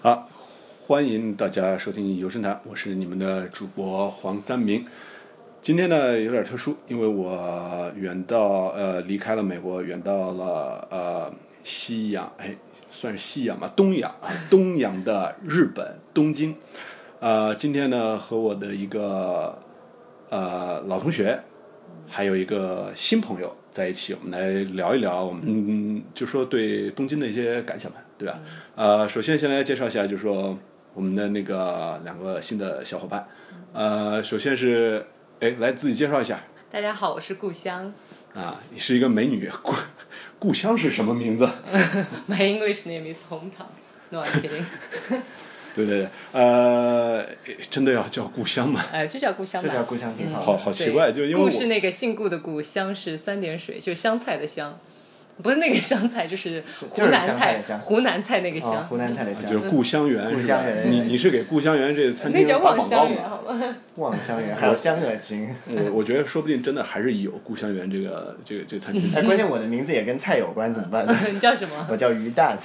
好，欢迎大家收听《游神谈》，我是你们的主播黄三明。今天呢有点特殊，因为我远到呃离开了美国，远到了呃西洋，哎，算是西洋吧，东洋， 东洋的日本东京。呃，今天呢和我的一个呃老同学，还有一个新朋友在一起，我们来聊一聊我们、嗯、就说对东京的一些感想吧，对吧？嗯呃，首先先来介绍一下，就是说我们的那个两个新的小伙伴，嗯呃，首先是哎来自己介绍一下大家好，我是故乡 啊，你是一个美女，故故乡是什么名字？ ，My English name is hometown。No, I'm kidding。 对对对，呃，真的要叫故乡 吗？呃，就叫故乡这叫吧。故乡挺好的。好好奇怪，就对因为故我是那个姓顾的顾，香是三点水，就是香菜的香，不是那个香菜，就是湖南就是香菜的香湖南菜那个啊，香，湖南菜的就香是，故乡园，故是吧乡园你你是给故乡园这餐那厅叫打望广告乡园，吗？好吗？望乡园，好乡恶情。呃我我觉得说不定真的还是有故乡园这个这个这个餐厅。哎，关键我的名字也跟菜有关，怎么 办呢？你叫什么？我叫鱼蛋，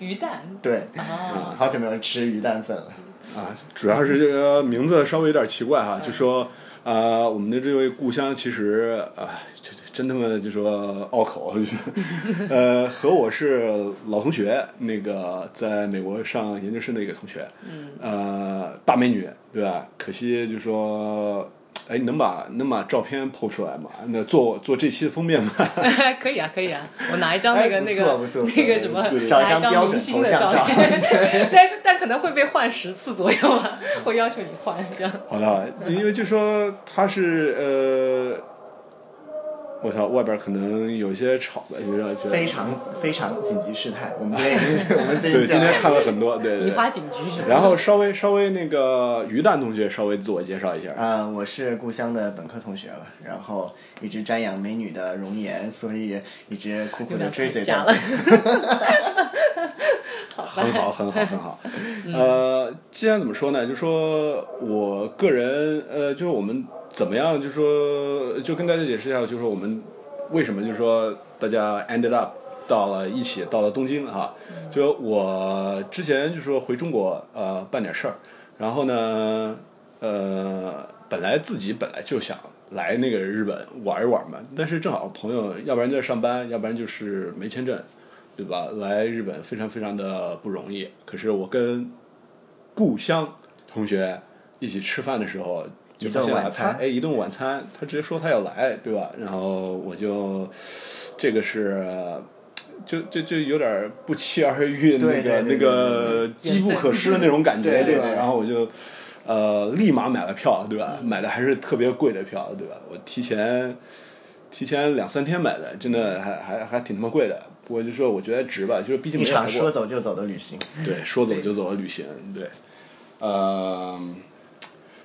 鱼蛋。 对，啊，好久没有吃鱼蛋粉了。啊， 主要是这个名字稍微有点奇怪哈，就说啊、我们的这位故乡其实啊，这、这真他妈就说拗口，啊就是呃，和我是老同学，那个在美国上研究生的一个同学，嗯，呃，大美女，对吧？可惜就说。哎，能把能把照片 PO 出来吗？那做做这期的封面吗？可以啊，可以啊，我拿一张那个哎不那错个不错不错那个什么，对拿找一张标明准星头的像照片， 但但可能会被换十次左右吧，我要求你换这样。好的，因为就说他是呃，我操，外边可能有一些吵的，你知道？觉得非常非常紧急事态，我们今天已 经我们最对，近今讲天看了很多，对对你对。花警局是吧？然后稍微稍微那个于蛋同学稍微自我介绍一下，啊、我是故乡的本科同学了，然后一直瞻仰美女的容颜，所以一直苦苦有的点追随加到了。很好很好很好。呃，既然怎么说呢，就说我个人呃，就是我们怎么样，就说就跟大家解释一下，就是说我们为什么就是说大家 ended up 到了一起，到了东京哈、就我之前就说回中国呃办点事儿，然后呢呃本来自己本来就想来那个日本玩一玩嘛，但是正好朋友要不然就在上班，要不然就是没签证，对吧？来日本非常非常的不容易。可是我跟故乡同学一起吃饭的时候，就发现一顿了晚餐他哎一顿晚餐，他直接说他要来，对吧？然后我就这个是。就就就有点不期而遇，那对个对对那个机不可失的那种感觉，对对吧？对然后我就呃立马买了票，对吧？买的还是特别贵的票，对吧？我提前提前两三天买的，真的还还还挺他妈贵的。不过就说我觉得值吧，就是毕竟一没有场来说过，走就走的旅行，对，说走就走的旅行，对，呃，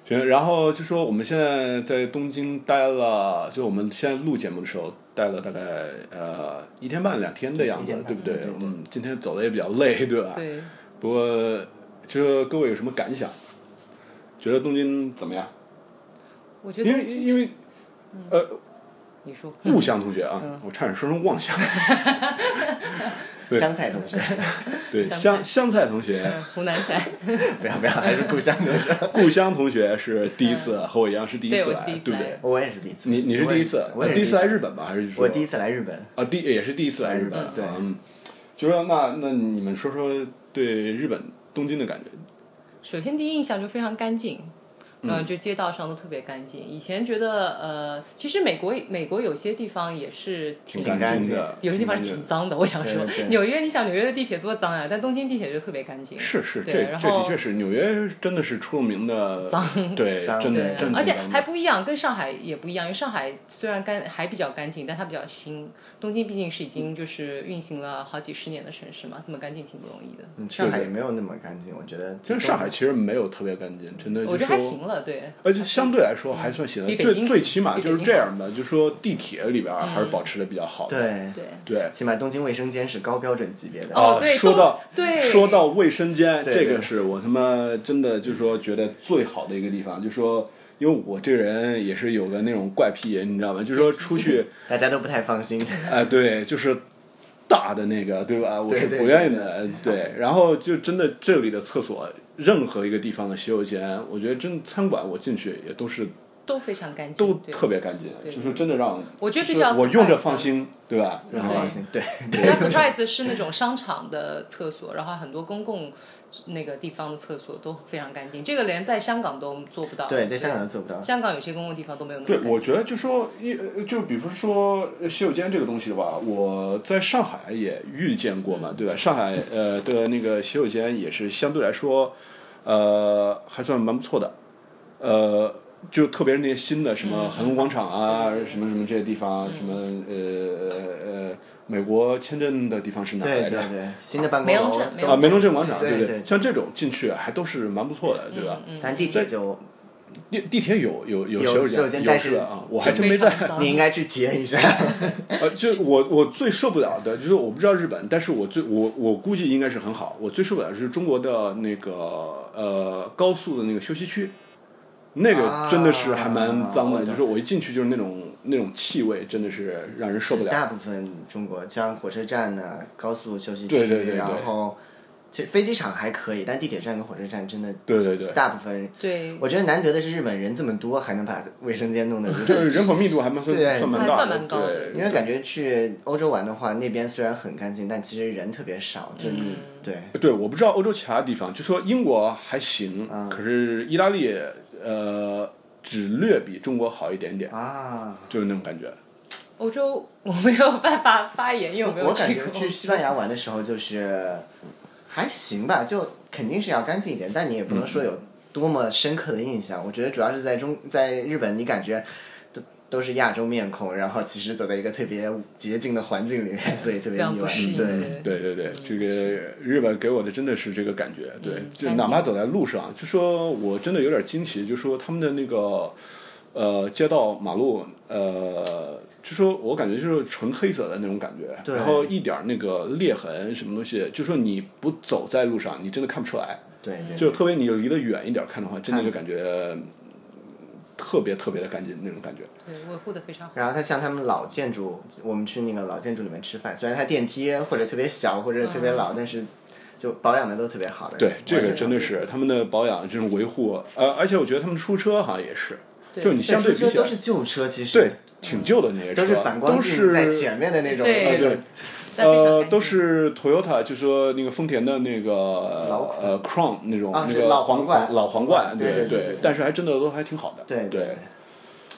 行，然后就说我们现在在东京待了，就我们现在录节目的时候待了大概呃一天半两天的样一子天，半对不对对对？对嗯，今天走的也比较累，对吧？对，不过就是各位有什么感想？觉得东京怎么样？我觉得因为因为呃，你说 故乡同学啊，嗯我差点说成妄 想。对湘菜同学，对，香菜香香菜同 学，嗯湖南菜，不要不要，还是故乡同学。故乡同学是第一次，和我一样是第一嗯对次我是来，第一对不次来对？我也是第一次，你你是我第也一次，呃啊我也是第一次来次，日本吧？还是说我第一次来日本。啊第也是第一次来日本来日？本对嗯，就说那那你们说说对日本东京的感觉？首先第一印象就非常干净，嗯、就街道上都特别干净。以前觉得呃，其实美国美国有些地方也是挺干净干净的有些地方是挺脏的，我想说对，对纽约，你想纽约的地铁多脏啊，但东京地铁就特别干净，是是，这对这然的后确是纽约真的是出了名的脏，对， 脏真对的啊真，的而且挺脏的还不一样，跟上海也不一样，因为上海虽然干还比较干净，但它比较新，东京毕竟是已经就是运行了好几十年的城市嘛，这么干净挺不容易的，嗯上海也没有那么干净，我觉得。其实上海其实没有特别干净，真的。我就觉得还说行了，对。而且相对来说还算行，比北最京最行起码比北就是京嗯这样的，就说地铁里边儿还是保持的比较好的。对，对，对起码东京卫生间是高标准级别的。哦啊对说都到对说到卫生间，对这对个是我他妈真的就是说觉得最好的一个地方，就说因为我这个人也是有 个那种怪癖，你知道吗？就是说出去，大家都不太放心。哎、对，就是大的那个，对吧？我是对对不愿意的，对。然后就真的这里的厕所，任何一个地方的洗手间，我觉得真餐馆我进去也都是都非常干净，都对。特别干净，就是真的让我觉得就比是较我用着 surprise 放心，对吧？然很后放心，对比较 surprise 是那种商场的厕所，然后很多公共那个地方的厕所都非常干净，这个连在香港都做不到。对，在香港都做不到。哦香港有些公共地方都没有那么对干，净。我觉得就说一呃就比如说呃洗手间这个东西的话，我在上海也遇见过嘛，嗯对吧？上海呃的那个洗手间也是相对来说，呃还算蛮不错的，呃就特别是那些新的什嗯么恒隆广场啊，什么什么这些地方，啊什么呃呃呃美国签证的地方是哪来对对着？对，新的办公梅龙楼镇梅都龙啊，梅龙镇广场，对不对像这种进去还都是蛮不错的，对嗯吧？但地铁就地地铁有有有嗯有洗洗手手间，间有但是是吧啊，我还真非没常在。脏你应该去体验一下。呃，就我我最受不了的就是我不知道日本，但是我最我我估计应该是很好。我最受不了的是中国的那个呃高速的那个休息区，那个啊真的是还蛮脏的，我懂就是我一进去就是那种那种气味，真的是让人受不了。大部分中国像火车站呐、啊高速休息区，对对对对然后其实飞机场还可以，但地铁站跟火车站真的，对对对大部分对，我觉得难得的是日本人这么多，还能把卫生间弄得如 此就是人口密度还蛮算对算蛮还大算的，蛮高的对，因为感觉去欧洲玩的话，那边虽然很干净，但其实人特别少，就嗯你、对对，我不知道欧洲其他地方，就说英国还行，可是意大利呃只略比中国好一点点，啊。就是那种感觉。欧洲我没有办法发言，因为没有我感去觉哦过。去西班牙玩的时候就是还行吧，就肯定是要干净一点，但你也不能说有多么深刻的印象。我觉得主要是在中在日本，你感觉都都是亚洲面孔，然后其实走在一个特别洁净的环境里面，所以特非别常意不外嗯适。应。对，嗯对对对，这个日本给我的真的是这个感觉，对，嗯就干净哪怕走在路上，就说我真的有点惊奇，就说他们的那个呃街道马路呃，就说我感觉就是纯黑色的那种感觉，对然后一点儿那个裂痕什么东西，就说你不走在路上，你真的看不出来，对对就特别你离得远一点儿看的话，真的就感觉嗯特别特别的干净那种感觉。对，维护的非常好。然后它像他们老建筑，我们去那个老建筑里面吃饭，虽然它电梯或者特别小或者特别嗯老，但是就保养的都特别好的。对，这个完全真的是他们的保养这种维护，呃，而且我觉得他们出车好像也是，就你相对比说起来都，是旧车，其实对，挺旧的那些车，都是反光都镜是在前面的那种，对呃对但非常干呃，净都是 Toyota，就说那个丰田的那个老呃款呃 Crown 那种、啊那是个老皇皇冠老皇冠，对对对对对但是还真的都还挺好的，对对对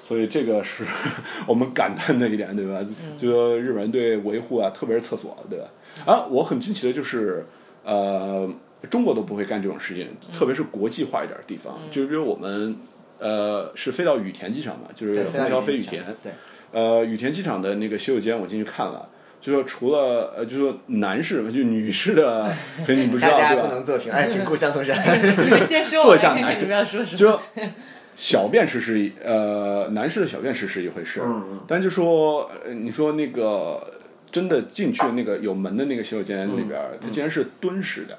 所以这个是 我们感叹的一点，对吧？嗯就说日本人对维护啊，特别是厕所，对吧？啊，我很惊奇的就是，呃，中国都不会干这种事情，嗯特别是国际化一点的地方，就比如我们呃是飞到羽田机场嘛，就是对，虹桥飞羽田，对，呃，羽田机场的那个洗手间，我进去看了，就说除了呃，就说男士嘛，就女士的，可能你不知大道家对不吧？能做评，哎，请顾 相同学。哦你们先说，坐我下来来看看你们要说什么。就小便池是一呃，男士的小便池是一回事，嗯但就说呃，你说那个真的进去那个有门的那个洗手间里边儿，它竟然是蹲式的，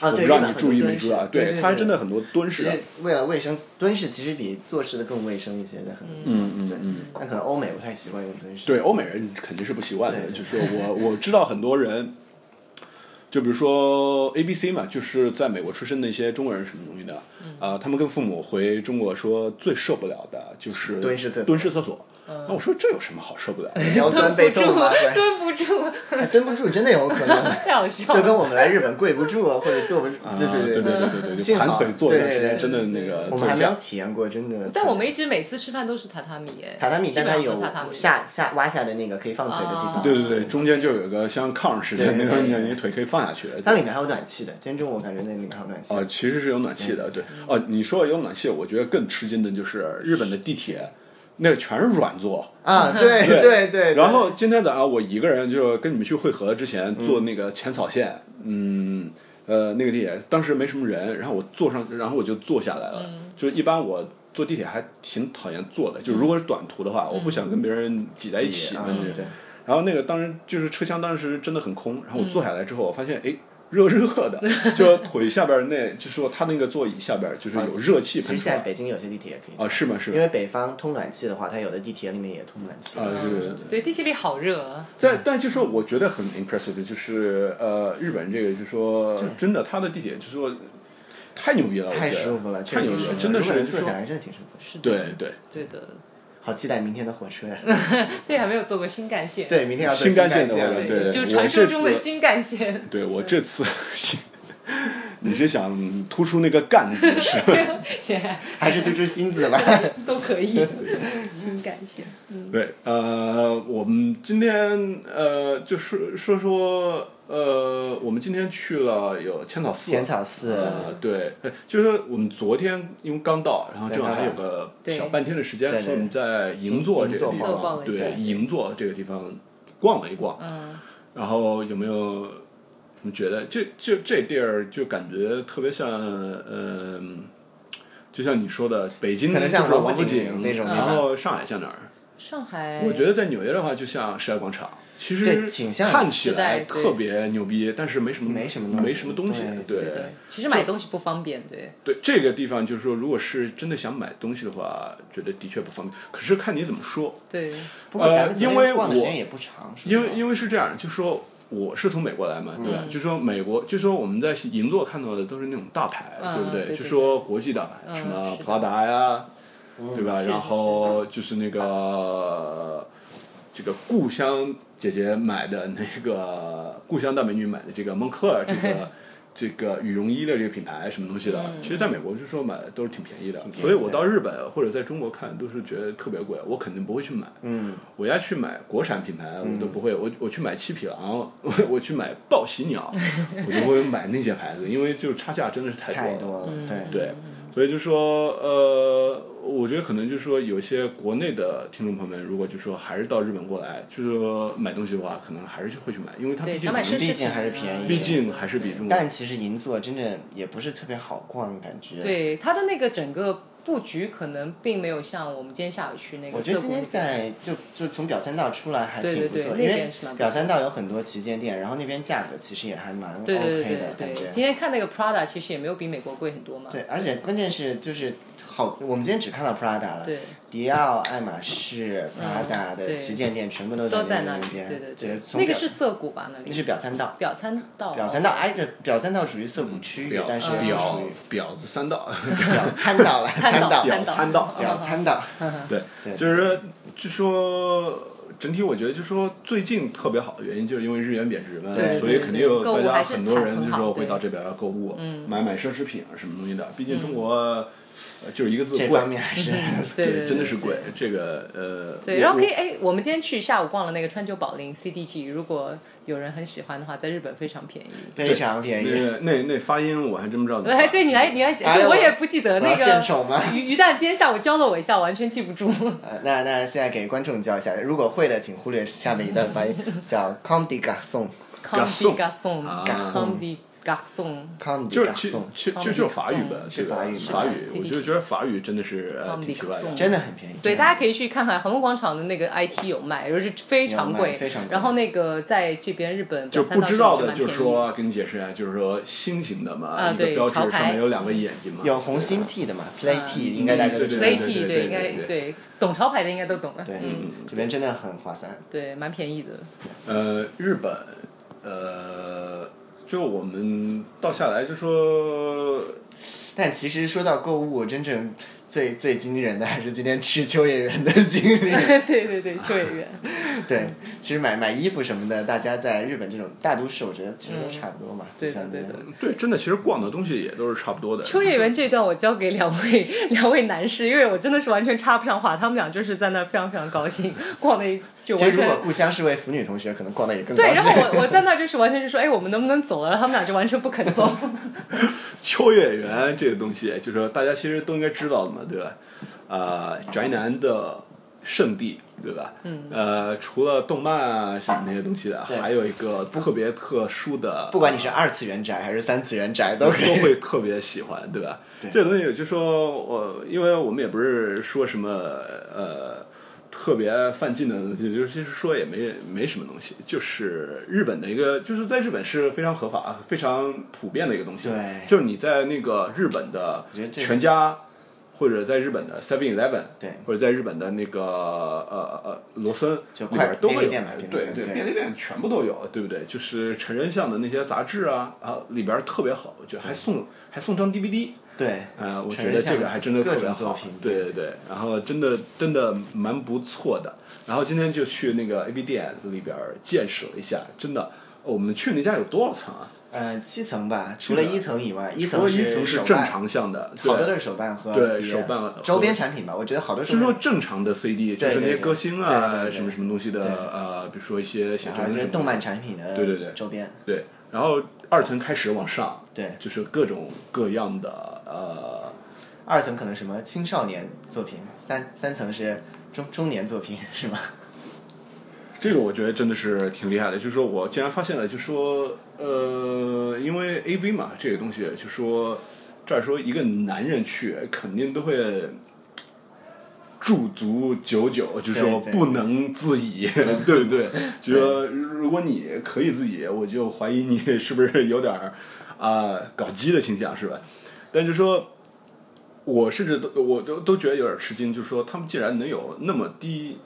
啊，我不嗯对，知道日你本注意没很多注意啊？蹲式对，它对真的。很多蹲其式实的，为了卫生，蹲式其实比坐式的更卫生一些的很。嗯嗯嗯。但可能欧美不太习惯用蹲式。对，欧美人肯定是不习惯的。对就是我我知道很多人，就比如说 A B C 嘛，就是在美国出生的一些中国人什么东西的啊、嗯他们跟父母回中国说最受不了的就是蹲式厕所嗯蹲式厕所。那我说这有什么好受不了的？ 腰酸背蹲不住 痛啊，，对蹲不住，哎，蹲不住真的有可 能，太好笑 就跟了。我们来日本跪不住啊，或者坐不住，对啊对对嗯对对对，就幸盘好腿坐一段对时间，对真的那个我坐们还一没有下。体验过真的。但我们一直每次吃饭都是榻榻米，哎榻榻米，基但本它上都是榻榻有米。下下挖下的那个可以放腿的地哦方。对对对，中间就有个像炕似的对那对种，对你你腿可以放下去。它里面还有暖气的，真正我感觉那里面还有暖气。哦，其实是有暖气的，对。嗯哦，你说有暖气，我觉得更吃惊的就是日本的地铁，那个全是软座。啊，对对对对。嗯然后今天早上我一个人就跟你们去汇合之前坐那个浅草线，嗯，呃，那个地铁当时没什么人，然后我坐上，然后我就坐下来了。嗯就是一般我坐地铁还挺讨厌坐的，就如果是短途的话，我不想跟别人挤在一起。嗯嗯啊感觉对然后那个当时就是车厢当时真的很空，然后我坐下来之后，我发现哎，热热的，就腿下边儿那，就说他那个座椅下边儿就是有热气哦喷其实出现在来北京有些地铁也可以这啊，样，是吗？是因吗？为北方通暖气的话，它有的地铁里面也通暖气。啊，是。对，地铁里好热啊。嗯但但就说，我觉得很 impressive，的就是呃，日本这个就说真的，他的地铁就说太牛逼了，我太觉得舒服了，确太实牛逼挺舒服了，的真的如果是能就坐说下来真的挺舒服的。是的，对对，对的，好期待明天的 火车呀！对，还没有坐过新干线。对，明天要坐新干线线的火车了。对对就是我传这说中的次新干线，对我这次 你是想突出那个干字是吧？现在还是就出新子吧。啊都可以。新干线，对，呃，我们今天呃，就是说说呃，我们今天去了有千草寺， 浅草寺，呃，对，呃就是我们昨天因为刚到，然后正好还有个对小半天的时间，对对所以我们在银座这个地银座逛方，了一下对银座这个地方逛了一逛，嗯，然后有没有你觉得这这这地儿就感觉特别像嗯、就像你说的北京可能像就是王王府府井井那种地然方后上海像哪儿？上海，我觉得在纽约的话，就像时代广场，其实对挺像看起时代来对特别牛逼，但是没什么没什么东西没什么东西，对对的，其实买东西不方便，对，对这个地方，就是说，如果是真的想买东西的话，觉得的确不方便。可是看你怎么说，对，不过咱呃们因为逛的时我间也不长，因为为因为是这样，就说我是从美国来嘛，对吧？嗯就说美国，就说我们在银座看到的都是那种大牌，嗯对不对对就说国际大牌，嗯什么是的普拉达呀，对吧？是然后就是那个这个故乡姐姐买的那个故乡大美女买的这个蒙克尔这个这个羽绒衣的这个品牌什么东西的，其实在美国就是说买的都是挺便宜的，嗯便宜的所以我到日本或者在中国看都是觉得特别贵，我肯定不会去买。嗯，我要去买国产品牌，我都不会。我我去买七匹狼， 我我去买豹喜 鸟，我就会买那些牌子，因为就是差价真的是太太多多了。了，嗯对对，所以就说呃，我觉得可能就是说有一些国内的听众朋友们，如果就说还是到日本过来，就是说买东西的话，可能还是会去买，因为它对毕竟想买可能奢侈啊毕竟还是便宜，毕竟还是比中国但其实银座真的也不是特别好逛，感觉。，对它的那个整个布局可能并没有像我们今天下午去那个我涩觉谷得那今边，天在就就从表参道出来还对挺对不对错，那因边为是蛮不错表参道有很多旗舰店，然后那边价格其实也还蛮 OK 对对对的对感对，觉。今天看那个 Prada 其实也没有比美国贵很多嘛，对，而且关键是就是好，我们今天只看到 Prada 了，对嗯迪奥、爱马仕、Prada 的对旗舰店全部都都在那那里，边。对对就是对，从那个表是涩谷吧？那那是里表参道，表参道，表参道挨着表参道属于涩谷区域表，但是不表属于婊子三 道，表参道了，参道嗯道，参表参道，嗯表参道，对，对就是就说整体，我觉得就说最近特别好的原因，就是因为日元贬值嘛，对所以对肯对定有购大物家还是很多人很就好说对嗯会到这边购物，买买奢侈品啊什么东西的。毕竟中国呃就是一个字这贵方，面还是对对对真的是对贵。这个呃，对，我然后可以我哎，我们今天去下午逛了那个川久保玲 CDG，如果有人很喜欢的话，在日本非常便宜。 非常便宜。那那那发音我还真不知道怎么发。哎，对你来，你来，哎就我我也不记得我要那献个丑吗鱼鱼蛋今天下午教了我一下，完全记不 住。呃，那那现在给观众教一下，如果会的请忽略下面一段发音，叫 Comme des garçons，Comme Garçon Comme des 啊 garçons，Comme des garçons，嗯 des 就是其其 garçons，其就他们就是的法语吧，这是个法语法嘛语， CDG 我就觉得法语真的是呃他们的挺奇怪的口。真的很便宜。对，大家可以去看看恒隆广场的那个 IT 有卖，就是非常有贵，卖非常贵然后那个在这边日本就表不参道知是道蛮的，就便是宜说给你解释一下，就是说心形的嘛，啊一个对标志潮上牌面有两个眼睛嘛，有红心 T 的嘛，Play T 应该大家都知道。对 v 对嗯 t 对对应该对对懂潮牌的应该都懂了，对嗯，，这边真的很划算。对，蛮便宜的。 呃，日本，呃，就我们到下来就说，但其实说到购物，真正最最惊人的还是今天吃秋叶原的经历。对对 对，秋叶原。对，其实买买衣服什么的，大家在日本这种大都市，我觉得其实都差不多嘛。对就的像对的那种对，真的其实逛的东西也都是差不多的。秋叶原这一段我交给两位 两位男士，因为我真的是完全插不上话，他们俩就是在那儿非常非常高兴，逛的就其完实如全果。故乡是位腐女同学，可能逛的也更高对，兴。然后我我在那儿就是完全就说， 哎，我们能不能走了？然后他们俩就完全不肯走。秋叶原这个东西，就是说大家其实都应该知道的嘛，对吧？啊、宅男的圣地，对吧？嗯。呃，除了动漫啊什么那些东西的，对还有一个特别特殊的， 不管你是二次元宅还是三次元宅，都可都以。会特别喜欢，对吧？这个东西就说我，因为我们也不是说什么呃特别犯禁的东西，就是其实说也没没什么东西，就是日本的一个，就是在日本是非常合法、非常普遍的一个东西。对就是你在那个日本的觉得这个全家，或者在日本的 Seven Eleven，对或者在日本的那个呃呃罗森就里快边都便会利有店嘛便利，对店对，对便利店全部都有，对不对？就是成人向的那些杂志啊，啊里边特别好，我觉得还送还送张 DVD。对，呃，我成觉人得向这个还真的各特别种作好品，对对对，然后真的真的蛮不错的。然后今天就去那个 A B 店里边儿见识了一下，真的，哦我们去那家有多少层啊？嗯，七层吧，除了一层以外，一除层了一层是手正办，常向的，好多都对是手办和对碟手办和周边产品吧，我觉得好多手是说办，正常的 CD，就对是那些对对歌星对啊，对对什么什么东西的对呃，比如说一些写啊还真有什一些么的动漫产品的对对对周边，对，然后二层开始往上，对，就是各种各样的呃。二层可能什么青少年作品，三三层是中中年作品是吗？这个我觉得真的是挺厉害的，就是说我竟然发现了，就说呃，因为 A V 嘛，这个东西，就说照理说一个男人去肯定都会驻足久久，就是说对对不能自已， 对不对？就说如果你可以自己，我就怀疑你是不是有点儿啊、搞基的倾向，是吧？但就说。我甚至都我都都觉得有点吃惊，就是说他们竟然能有那么低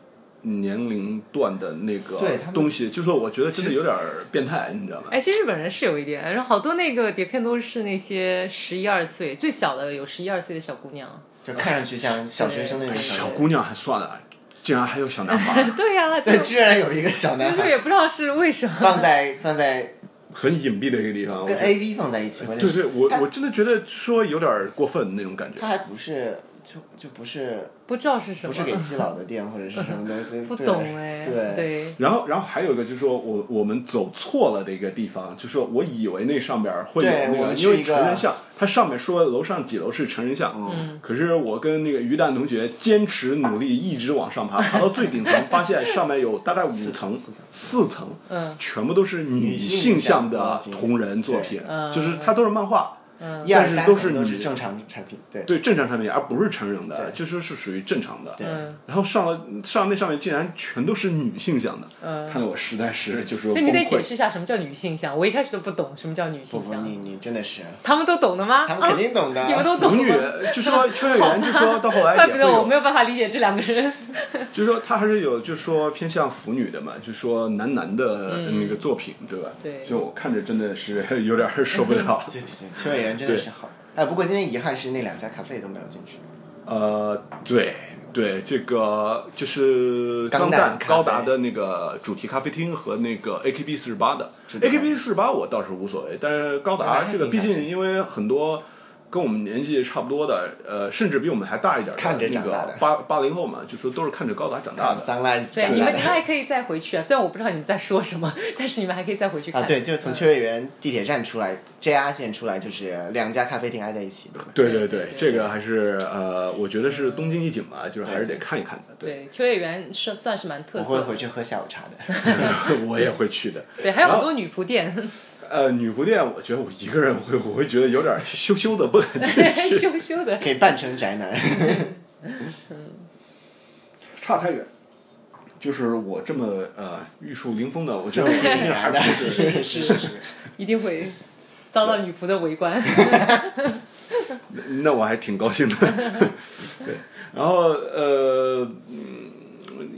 年龄段的那个对他们东西，就说我觉得真的有点儿变态，你知道吗？哎，其实日本人是有一点，然后好多那个碟片都是那些十一二岁，最小的有十一二岁的小姑娘。就看上去像小学生那种对哎小感觉姑娘还算了，竟然还有小男 孩，对呀、就对，居然有一个小男就是孩也不知道是为什么。 放在放在很隐蔽的一个地方。我跟觉得 A V 放在一起，关键对是对，我他我真的觉得说有点儿过分那种感觉他。还不是就就不是不知道是什么，不是给基佬的店或者是什么 东西，不对懂哎， 对对然后，然后还有一个就是说我我们走错了的一个地方，就是说我以为那上边儿会有对那我个，们因为去一个成人像，它上面说楼上几楼是成人像，嗯可是我跟那个于蛋同学坚持努力，一直往上爬，爬到最顶 层，发现上面有大概五层四层，四层，嗯全部都是女性向的同人作品女性向作嗯品，就是它都是漫画，一二三但是都是层都女是正常产品，对对正常产品，而不是成人的，对就是是属于正常的。对嗯然后上了上那上面竟然全都是女性向的，嗯。看得我实在是就是就崩你得溃解。释一下什么叫女性向，我一开始都不懂什么叫女不性不，向，你你真 的是，他们都懂的吗？他们肯定懂的，啊、你们都腐懂 女吗？就说秋叶原，就说到后来怪也不会得我没有，有办法理解这两个人。就是说他还是有，就是说偏向腐女的嘛，就是说男男的那个作品，对吧？嗯对就我看着真的是有点儿受不 了。对对对，秋叶原真的是好。哎，不过今天遗憾是那两家咖啡都没有进去。呃，对对，这个就是钢钢弹弹咖啡高达的那个主题咖啡厅和那个 AKB 四十八的主题咖啡 AKB 四十八我倒是无所谓，但是高高达达还这个挺毕感竟兴因为很多。跟我们年纪差不多的，呃，甚至比我们还大一点的，看着那长大的个八八零后嘛，就说都是看着高达长大的。 Sunrise 对，展你览们你们还可以再回去啊，虽然我不知道你们在说什么，但是你们还可以再回去看。啊，对，就从秋叶原地铁站出来，JR 线出来就是两家咖啡厅挨在一起，对吧？对对对对对，这个还是呃，我觉得是东京一景吧，就是还是得看一看的。对，对，秋叶原是算是蛮特我会色回的，去喝下午茶的。我也会去的。对，还有很然后多女仆店，呃，女仆店，我觉得我一个人会，我会觉得有点羞羞的，不敢 去。羞羞的。可以扮成宅男，差太远。就是我这么呃玉树临风的，我觉得 我正气一凛定还然的，不是是是是 是是。一定会遭到女仆的围观。那我还挺高 兴的。对，然后呃，嗯，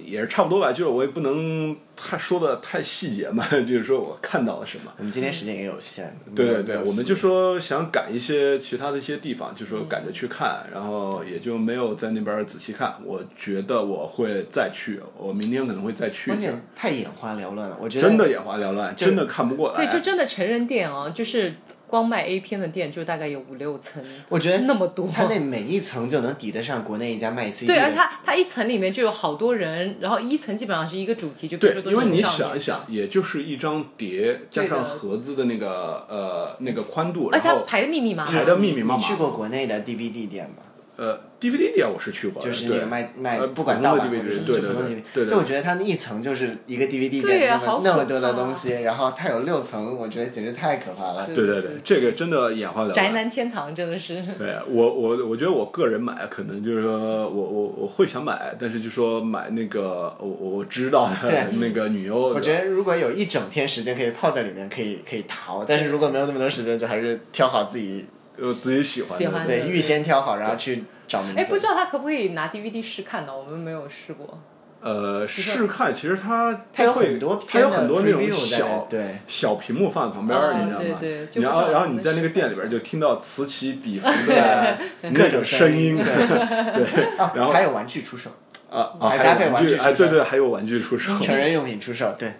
也是差不多吧，就是我也不能太说的太细节嘛，就是说我看到了什么。我们今天时间也有限，对没对有对，没有我们戏就说想赶一些其他的一些地方，就嗯说赶着去看，然后也就没有在那边仔细看。我觉得我会再去，我明天可能会再去关一下。键太眼花缭乱了，我觉得真的眼花缭乱，真的看不过来。对，就真的成人店哦，就是光卖 A 片的店，就大概有五六层，我觉得那么多。他那每一层就能抵得上国内一家卖 CD 对，而且的，它它一层里面就有好多人，然后一层基本上是一个主题，就比如对说，都因是为你青少想年一想，，也就是一张碟加上盒子的那个呃那个宽度，而然且它后排的密密麻排麻。的密密麻你去麻。过国内的 DVD 店吗？呃，DVD 店我是去过的，就是那对个卖卖呃不管盗版普或通的 DVD，者什么，对就对普通对 DVD 对对就我觉得它那一层就是一个 DVD 对店，那好么可那么多的怕东西，然后它有六层，我觉得简直太可怕了。对对对，这个真的演化的宅男天堂真的是，对我我我觉得我个人买可能就是说我我我会想买，但是就说买那个我我我知道的对那个女优，我觉得如果有一整天时间可以泡在里面，可以可以逃，但是如果没有那么多时间，就还是挑好自己得自己喜欢喜欢的的对预先挑好，然后去找名字。哎，不知道他可不可以拿 DVD 试看呢？我们没有试过。呃试看，其实它它有会很多它有片的很多那种 preview 在小对小屏幕放在旁边儿，哦你知道吗？对对就然不后知道然后你在那个店里边就听到此起彼伏的各呃种声音，呃 各 啊，然后还有玩具出手，啊啊，还有搭配玩玩具哎，出对售对，还有玩具出售，成人用品出售，对，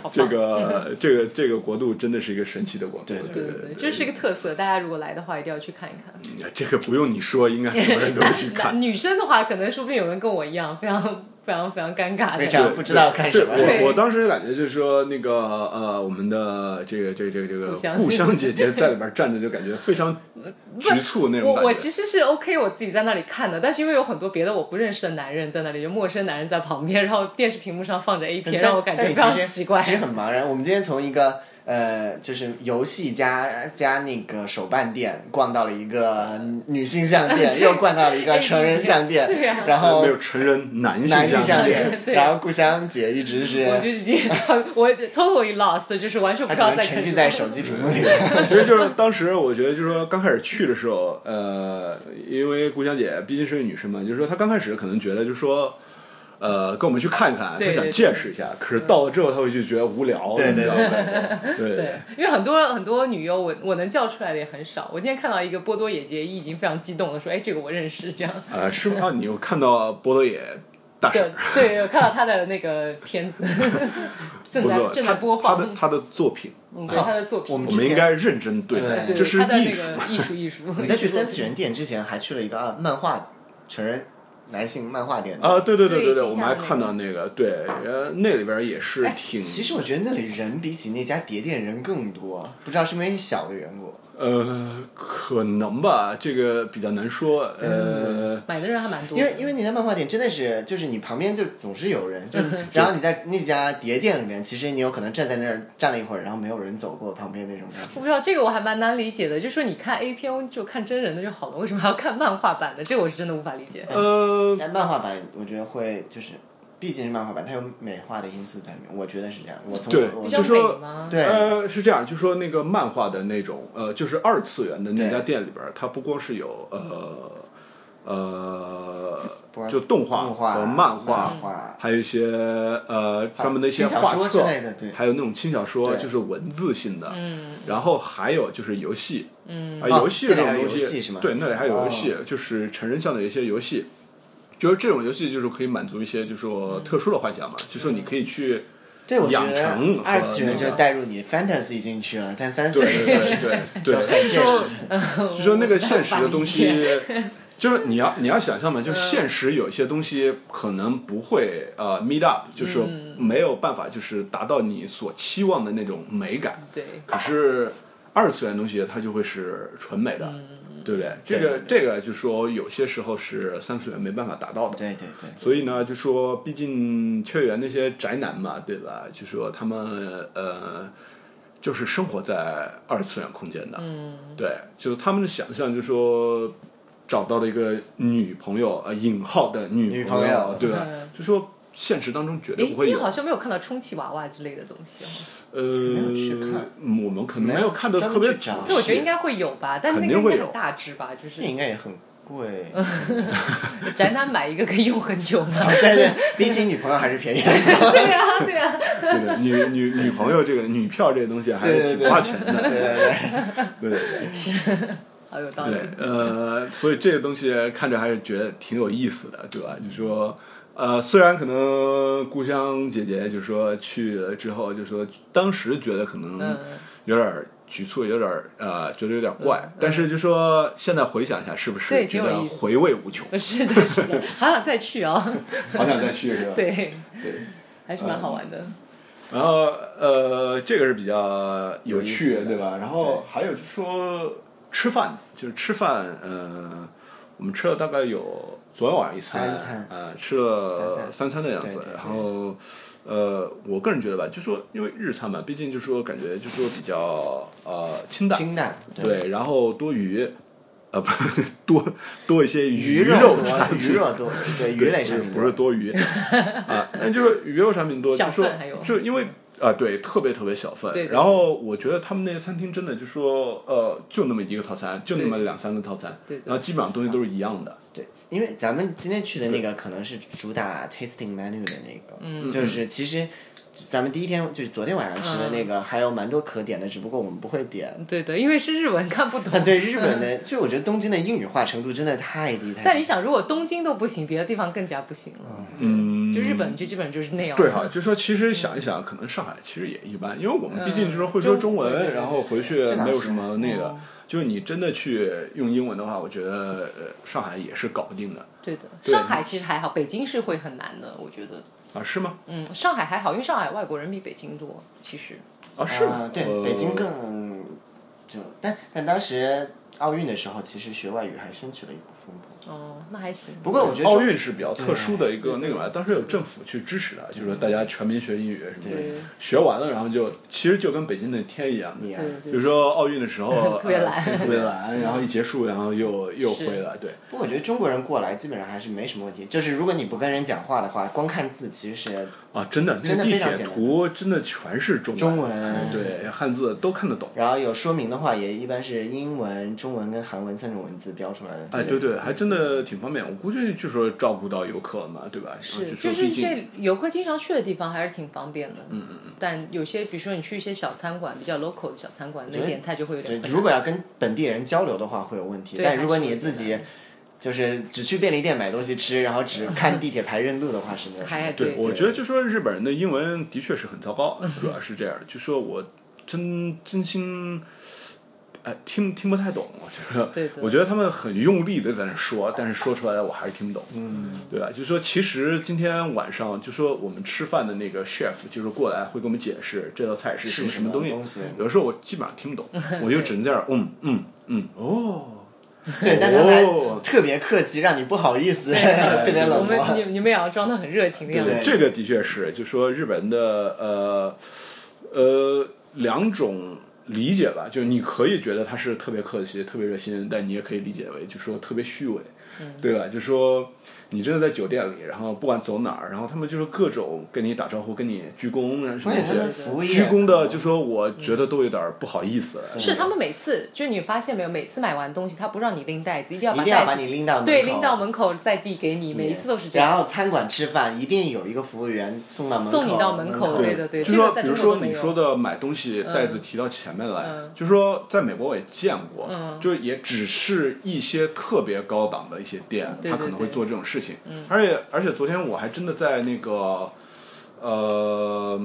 好棒这个这个这个国度真的是一个神奇的国度，对嗯对对对，这是一个特色，大家如果来的话，一定要去看一看。 这个不用你说，应该所有人都会去那 看。女生的话，可能说不定有人跟我一样，非常非常非常尴尬非的。常不知道看什对么。对我我当时感觉就是说，那个呃，我们的这个这个这个这个故乡故乡姐姐在里边站着，就感觉非常局促那种我感我觉。其实是 OK，我自己在那里看的，但是因为有很多别的我不认识的男人在那里，就陌生男人在旁边，然后电视屏幕上放着 A 片，嗯但让我感觉但非你常其实奇怪。其实很茫然。我们今天从一个呃，就是游戏加加那个手办店，逛到了一个女性向店，又逛到了一个成人向店，啊哎对啊呀然呃后没有成人男性男性向向的 店，然后故乡姐一直是我就已经 我 totally lost，就是完全不知道她只能在看什沉浸么。在手机屏幕里。 其实就是当时我觉得，就是说刚开始去的时候，呃，因为故乡姐毕竟是个女生嘛，就是说她刚开始可能觉得就是说。呃，跟我们去看看，她对想对见识一下。可是到了之后，她会就觉得无聊，对你对知道对吗？对对，对对，因为很多很多女优，我我能叫出来的也很少。我今天看到一个波多野结衣，已经非常激动的说：“哎，这个我认识。”这样，呃，是吗？你有看到波多野大婶对对，我看到他的那个片子 正不在错，正在播他的放，他的作品，嗯，对他的作品，我我们们应该认真对待，对这是他的艺那术。个艺术艺术。 你在去三次元店之前，还去了一个啊漫画成人男性漫画店啊，对对对对对，地我们下还的那看个到那个，对，呃，那里边也是哎挺，其实我觉得那里人比起那家碟店人更多，不知道是因为小的缘故。呃，可能吧，这个比较难说，呃，买的人还蛮多的，因为因为那家漫画店真的是，就是你旁边就总是有人，就是 然后你在那家碟店里面，其实你有可能站在那儿站了一会儿，然后没有人走过旁边那种感觉。我不知道这个我还蛮难理解的，就说你看 A 片就看真人的就好了，为什么还要看漫画版的？这个我是真的无法理解。呃，但漫画版我觉得会就是，毕竟是漫画版，它有美化的因素在里面，我觉得是这样。我从对我比就较说美吗？对呃，是这样，就说那个漫画的那种，呃，就是二次元的那家店里边儿，它不光是有呃呃不光，就动画动画和漫画，漫画还有一些呃专门的一些轻小画说册之类的对还有那种轻小说，对就是文字性的，嗯，然后还有就是游戏，嗯，啊，哦游戏这那里还种有东游戏是西吗，对，那里还有游哦戏，就是成人向的一些游戏。就是这种游戏，就是可以满足一些，就是说特殊的幻想嘛，就说你可以去对我觉养成和得二次元就那个是带入你 fantasy 进去了，但三次对元对对对 对，就很现实。就说那个现实的东西， 就是你要你要想象嘛，就是现实有一些东西可能不会呃 meet up，就是说没有办法就是达到你所期望的那种美感。对，可是二次元的东西它就会是纯美的，对不对？这个这个就是说有些时候是三次元没办法达到的。对对对。所以呢，就说毕竟雀园那些宅男嘛，对吧？就说他们呃，就是生活在二次元空间的，嗯，对，就是他们的想象，就说找到了一个女朋友，呃，引号的女朋女朋友对吧？就说现实当中绝对不嗯哎，今会天有，好像没有看到充气娃娃之类的东西哦。呃，有去看我们可能没没有有看的专特门别去仔找细，对，我觉得应该会有吧，但肯那个定应会该有很大只吧，就是这应该也很贵。 宅男买一个可以用很久嘛。对对，比起女朋友还是便宜。对啊，对啊，对对，女女女朋友这个女票这个东西还对是对挺对花钱对的，对对对对。对。好哎有道理对。，呃，所以这个东西看着还是觉得挺有意思的，对吧？就说，呃，虽然可能故乡姐姐就说去了之后，就说当时觉得可能嗯嗯有点儿局促，有点儿呃，觉得有点儿怪，但是就说现在回想一下，是不是对觉挺得有意思回味无穷，是的，是的，好想再去啊！好想再去，是吧？ 对，对。还是蛮好玩的。然后呃，这个是比较有有意趣，思的对吧？然后还有就是说吃饭，就是吃饭，呃，我们吃了大概有昨晚一餐，三餐呃，吃了餐三餐的样子对对，然后。呃，我个人觉得吧，就说因为日餐嘛，毕竟就说感觉就说比较呃清淡，清淡，对，对，然后多鱼，呃，不是 多多一些鱼肉肉产多，品鱼肉多，对鱼类产品不多是多 余啊，那就是鱼肉产品多，就小份说还有就因为啊、对，特别特别小份。对对对然后我觉得他们那些餐厅真的就说呃，就那么一个套餐，就那么两三个套餐，对对然后基本上东西都是一样的。对，因为咱们今天去的那个可能是主打 tasting menu 的那个，就是其实咱们第一天就是昨天晚上吃的那个，还有蛮多可点的，只不过我们不会点。 对的，因为是日文看不懂啊，。对日本的，就我觉得东京的英语化程度真的太低太低。但你想，如果东京都不行，别的地方更加不行了。嗯就日本就基本就是那样。对哈，就说其实想一想，可能上海其实也一般，因为我们毕竟就是会说嗯中中文，对对对然后回去这倒没有是什么那哦个。就是你真的去用英文的话，我觉得呃上海也是搞不定的对的，上海其实还好，北京是会很难的，我觉得。啊，是吗？嗯，上海还好，因为上海外国人比北京多，其实。啊，是吗啊，对，呃北京更就，但但当时奥运的时候，其实学外语还争取了一股风波。哦，那还行。不过我觉得奥中运是比较特殊的一个那个嘛，当时有政府去支持的，就是说大家全民学英语什么的对，学完了然后就其实就跟北京的天一样，你啊，对比对如说奥运的时候特别懒呃特别懒，然后一结束然后又又回来，对，不过我觉得中国人过来基本上还是没什么问题，就是如果你不跟人讲话的话，光看字其实是啊，真的那真个的地非常铁简单图真的全是中中文，文，对汉字都看得懂，然后有说明的话也一般是英文、中文跟韩文三种文字标出来的。哎，对对，还真的挺方便，我估计就说照顾到游客了嘛，对吧？然是，后就就是说一毕竟些游客经常去的地方还是挺方便的。嗯嗯嗯。但有些，比如说你去一些小餐馆，比较 local 的小餐馆，那点菜就会有对点，困如果要跟本地人交流的话会有问题，对但如果还是有你点自己就是只去便利店买东西吃，然后只看地铁牌认路的话是没有什么还问题。对，嗯对我对觉得就说日本人的英文的确是很糟糕，主要是这样的。就说我真真心，哎，听听不太懂，我觉得。对的我觉得他们很用力的在那说，但是说出来我还是听不懂。嗯。对吧？就说其实今天晚上就说我们吃饭的那个 chef 就是过来会给我们解释这道菜是什么是什么什么西。东西有的时候我基本上听不懂，我就只能在这儿嗯嗯嗯哦。对，但他们哦还特别客气，让你不好意思， 特别我冷们漠。你你们也要装的很热情的样对，子。这个的确是，就说日本的呃呃两种理解吧，就是你可以觉得他是特别客气、特别热心，但你也可以理解为就说特别虚伪，对吧？就说你真的在酒店里，然后不管走哪儿，然后他们就是各种跟你打招呼、跟你鞠躬啊什么关键他这们些。服务业鞠躬的，就说我觉得都有点儿不好意思了。是他们每次，就你发现没有，每次买完东西，他不让你拎袋子，一定要一把定要袋把子你拎到门口对拎到门口再递给你，每一次都是这样。然后餐馆吃饭一定有一个服务员送到门口，送你到门门口对的对就这个说在比如中说国都没你有嗯说的买东西袋子提到前面来，就说在美国我也见过，嗯就也只是一些特别高档的一些店，对他对可能会对嗯做这种事情。而且而且昨天我还真的在那个呃，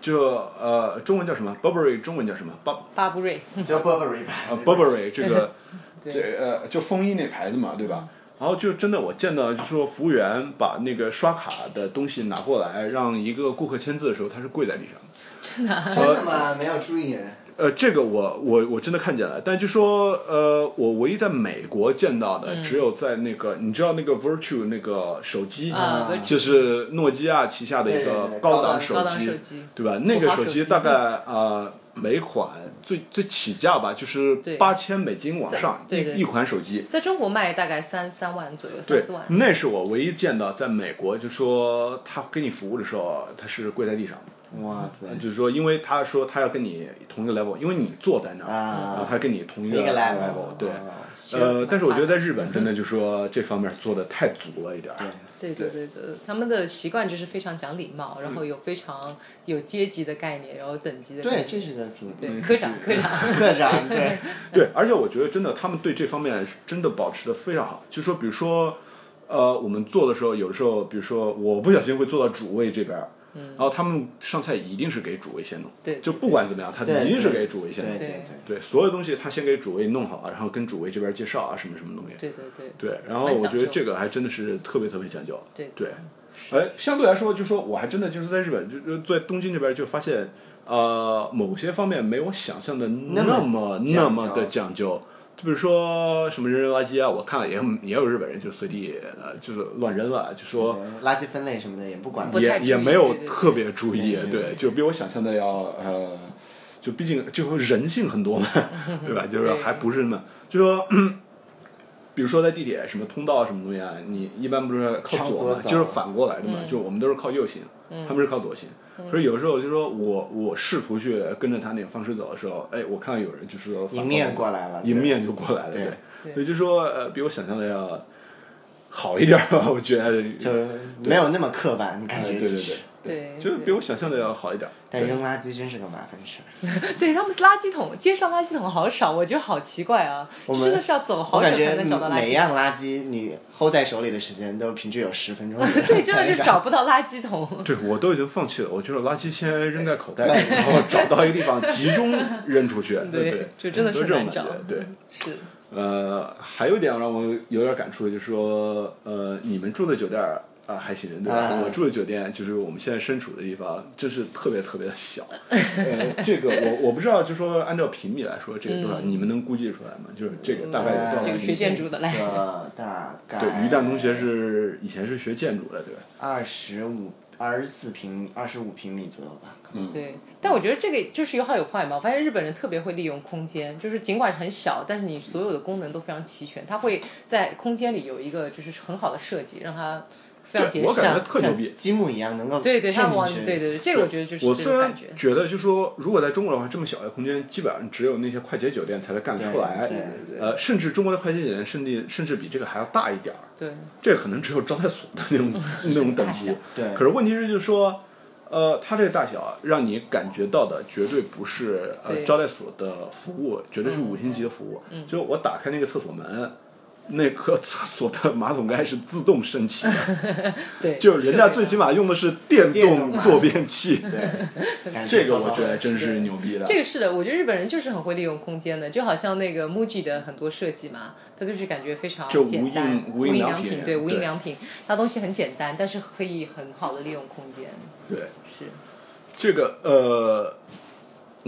就呃中文叫什么？Burberry 中文叫什么？巴巴布瑞，叫 Burberry 吧呃 Burberry 这个 对这呃就风衣那牌子嘛，对吧？然后就真的我见到就说服务员把那个刷卡的东西拿过来，让一个顾客签字的时候，他是跪在地上的。真的吗？没有注意。呃，这个我我我真的看见了，但就说呃，我唯一在美国见到嗯的，只有在那个你知道那个 Virtue 那个手机，啊，Virtue 就是诺基亚旗下的一对对个对高高档手高机，档手机对吧？那个土豪手手机机大概呃每款最最起价吧，就是对八千美金往上对对一一款手机，在中国卖大概三三万左右，对三嗯四，万。那是我唯一见到在美国就说他给你服务的时候，他是跪在地上的。呃哇塞！就是说，因为他说他要跟你同一个 level，因为你坐在那儿，啊然后他跟你同一个啊一个 level，对哦。呃，但是我觉得在日 本真的就说这方面做的太足了一点儿。对对对对，他们的习惯就是非常讲礼貌，然后有非常有阶级的概念，然后等级的概对，念。这是个挺对，科长科长，科长对，对，而且我觉得真的他们对这方面真的保持的非常好。就说比如说，呃，我们做的时候，有的时候，比如说我不小心会坐到主位这边儿，然后他们上菜一定是给主位先弄，嗯对对就不管怎么样，他一定是给主位先对弄。对 对对，所有东西他先给主位弄好，然后跟主位这边介绍啊，什么什么东西。对对对对，然后蛮我讲觉得究这个还真的是特别特别讲究。对对，哎，相对来说，就说我还真的就是在日本，就就在东京这边就发现，呃，某些方面没我想象的那么么讲那么的究讲究。就比如说什么扔扔垃圾啊，我看了也有也有日本人就随地呃就是乱扔了，就说垃圾分类什么的也不管不。太也注意也没有对对对特别注意，对对对，就比我想象的要呃，就毕竟就人性很 多嘛，对吧？就是对还不是那么，就说。比如说在地铁什么通道什么东西啊，你一般不是靠朝左左嘛，走就是反过来的嗯嘛，就我们都是靠右行，他们是靠左行。所以有时候就说我我试图去跟着他那个方式走的时候，哎，我看到有人就是说反迎面过过来了，走迎面就过来了，对对，对所以就说呃比我想象的要好一点儿吧，我觉得对就是没有那么刻板，你感哎觉呃对对其对实。哎对就是比我想象的要好一点。但扔垃圾真是个麻烦事儿，对他们垃圾桶，街上垃圾桶好少，我觉得好奇怪啊！我们真的是要走我好久才感觉能找到垃每圾。样垃圾你 hold 在手里的时间都平均有十分钟 对，真的是找不到垃圾对桶。 对，我都已经放弃了，我就是垃圾先扔在口袋里，然后找到一个地方集中扔 出去。对对，就真的都是这种难感找嗯觉。对，是，呃，还有一点让我有点感触的就是说，呃，你们住的酒店儿啊还行，对吧？啊我住的酒店就是我们现在身处的地方，就是特别特别的小。呃，这个我我不知道，就说按照平米来说，这个多少？你们能估计出来吗？就是这个大概有多少平嗯嗯这米？个学建筑的来，呃，大概对，于旦同学是以前是学建筑的，对吧？二十五、二十四平、二十五平米左右吧，可嗯能。对，但我觉得这个就是有好有坏嘛。我发现日本人特别会利用空间，就是尽管很小，但是你所有的功能都非常齐全，它会在空间里有一个就是很好的设计，让它非常对节我省。感觉像特牛逼像积木一样能够对对，他嵌往进去。对对对，这个我觉得就是我这虽种然感觉。觉得，就说如果在中国的话，这么小的空间，基本上只有那些快捷酒店才能干得出来对。呃，甚至中国的快捷酒店，甚至甚至比这个还要大一点儿。对，这可能只有招待所的那种嗯 那种等级。对可是问题是，就是说，呃，它这个大小啊让你感觉到的绝对不是呃对嗯招待所的服务，绝对是五星级的服务。就我打开那个厕所门。那个厕所的马桶盖是自动升起的， 对，就人家最起码用的是电电动动马坐便器， 对，感这谢个多多我觉得真是牛逼的。这个是的，我觉得日本人就是很会利用空间的，就好像那个 MUJI 的很多设计嘛，它就是感觉非常就简单，无印无印印良品品，对无对印良品，它东西很简单，但是可以很好的利用空间，对是这个呃，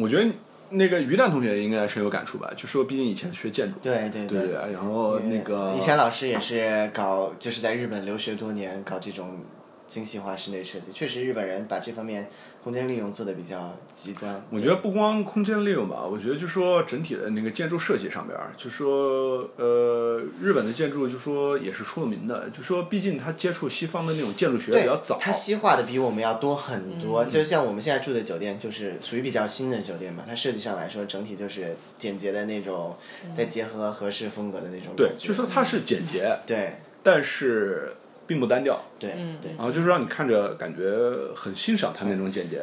我觉得那个于亮同学应该深有感触吧，就说毕竟以前学建筑，对对对对，然后那个以前老师也是搞，就是在日本留学多年，搞这种精细化室内设计。确实，日本人把这方面空间利用做的比较极端。我觉得不光空间利用吧，我觉得就说整体的那个建筑设计上边儿，就说呃，日本的建筑就说也是出了名的，就说毕竟他接触西方的那种建筑学比对较早，，嗯它西化的比我们要多很多。就像我们现在住的酒店，就是属于比较新的酒店嘛，它设计上来说，整体就是简洁的那种，再结合合适风格的那种嗯对感，觉。就说它是简洁，对但是并不单调，对对然后就是让你看着感觉很欣赏它那种简洁，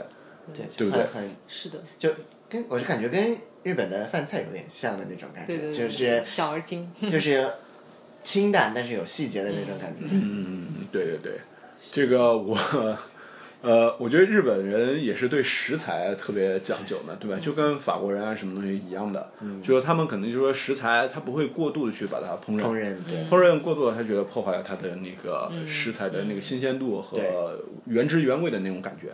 对，对就不对很很是的，就跟我就感觉跟日本的饭菜有点像的那种感对觉，对对，就是小而精，就是清淡但是有细节的那种感觉。嗯，对对对，这个我，呃，我觉得日本人也是对食材特别讲究的，对吧？就跟法国人啊什么东西一样的，就说他们可能就说食材他不会过度的去把它烹饪，烹饪对，嗯烹饪过度了他觉得破坏了它的那个食材的那个新鲜度和对嗯原汁原味的那种感觉。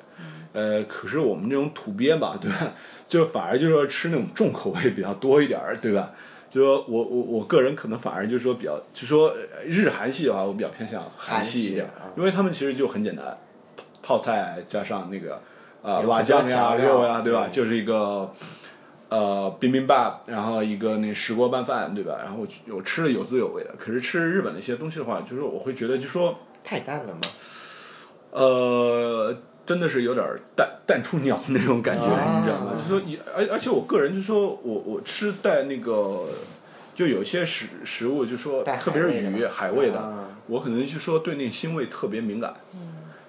呃，可是我们这种土鳖吧，对吧？ 就反而就是说吃那种重口味比较多一点儿，对吧？就说我我我个人可能反而就是说比较，就说呃日韩系的话，我比较偏向韩系一点韩系啊，因为他们其实就很简单，泡泡菜加上那个啊有辣很多酱呀、调料肉呀，对吧？对就是一个呃冰冰拌，然后一个那石锅拌饭，对吧？然后我我吃的有滋有味的。可是吃日本的一些东西的话，就是我会觉得就说太淡了嘛。呃，真的是有点儿淡淡出鸟那种感觉，啊你知道吗？就说也，而而且我个人就说我我吃带那个，就有些食食物就说，带海特别是味的鱼吧海味的，啊嗯我可能就说对那腥味特别敏感，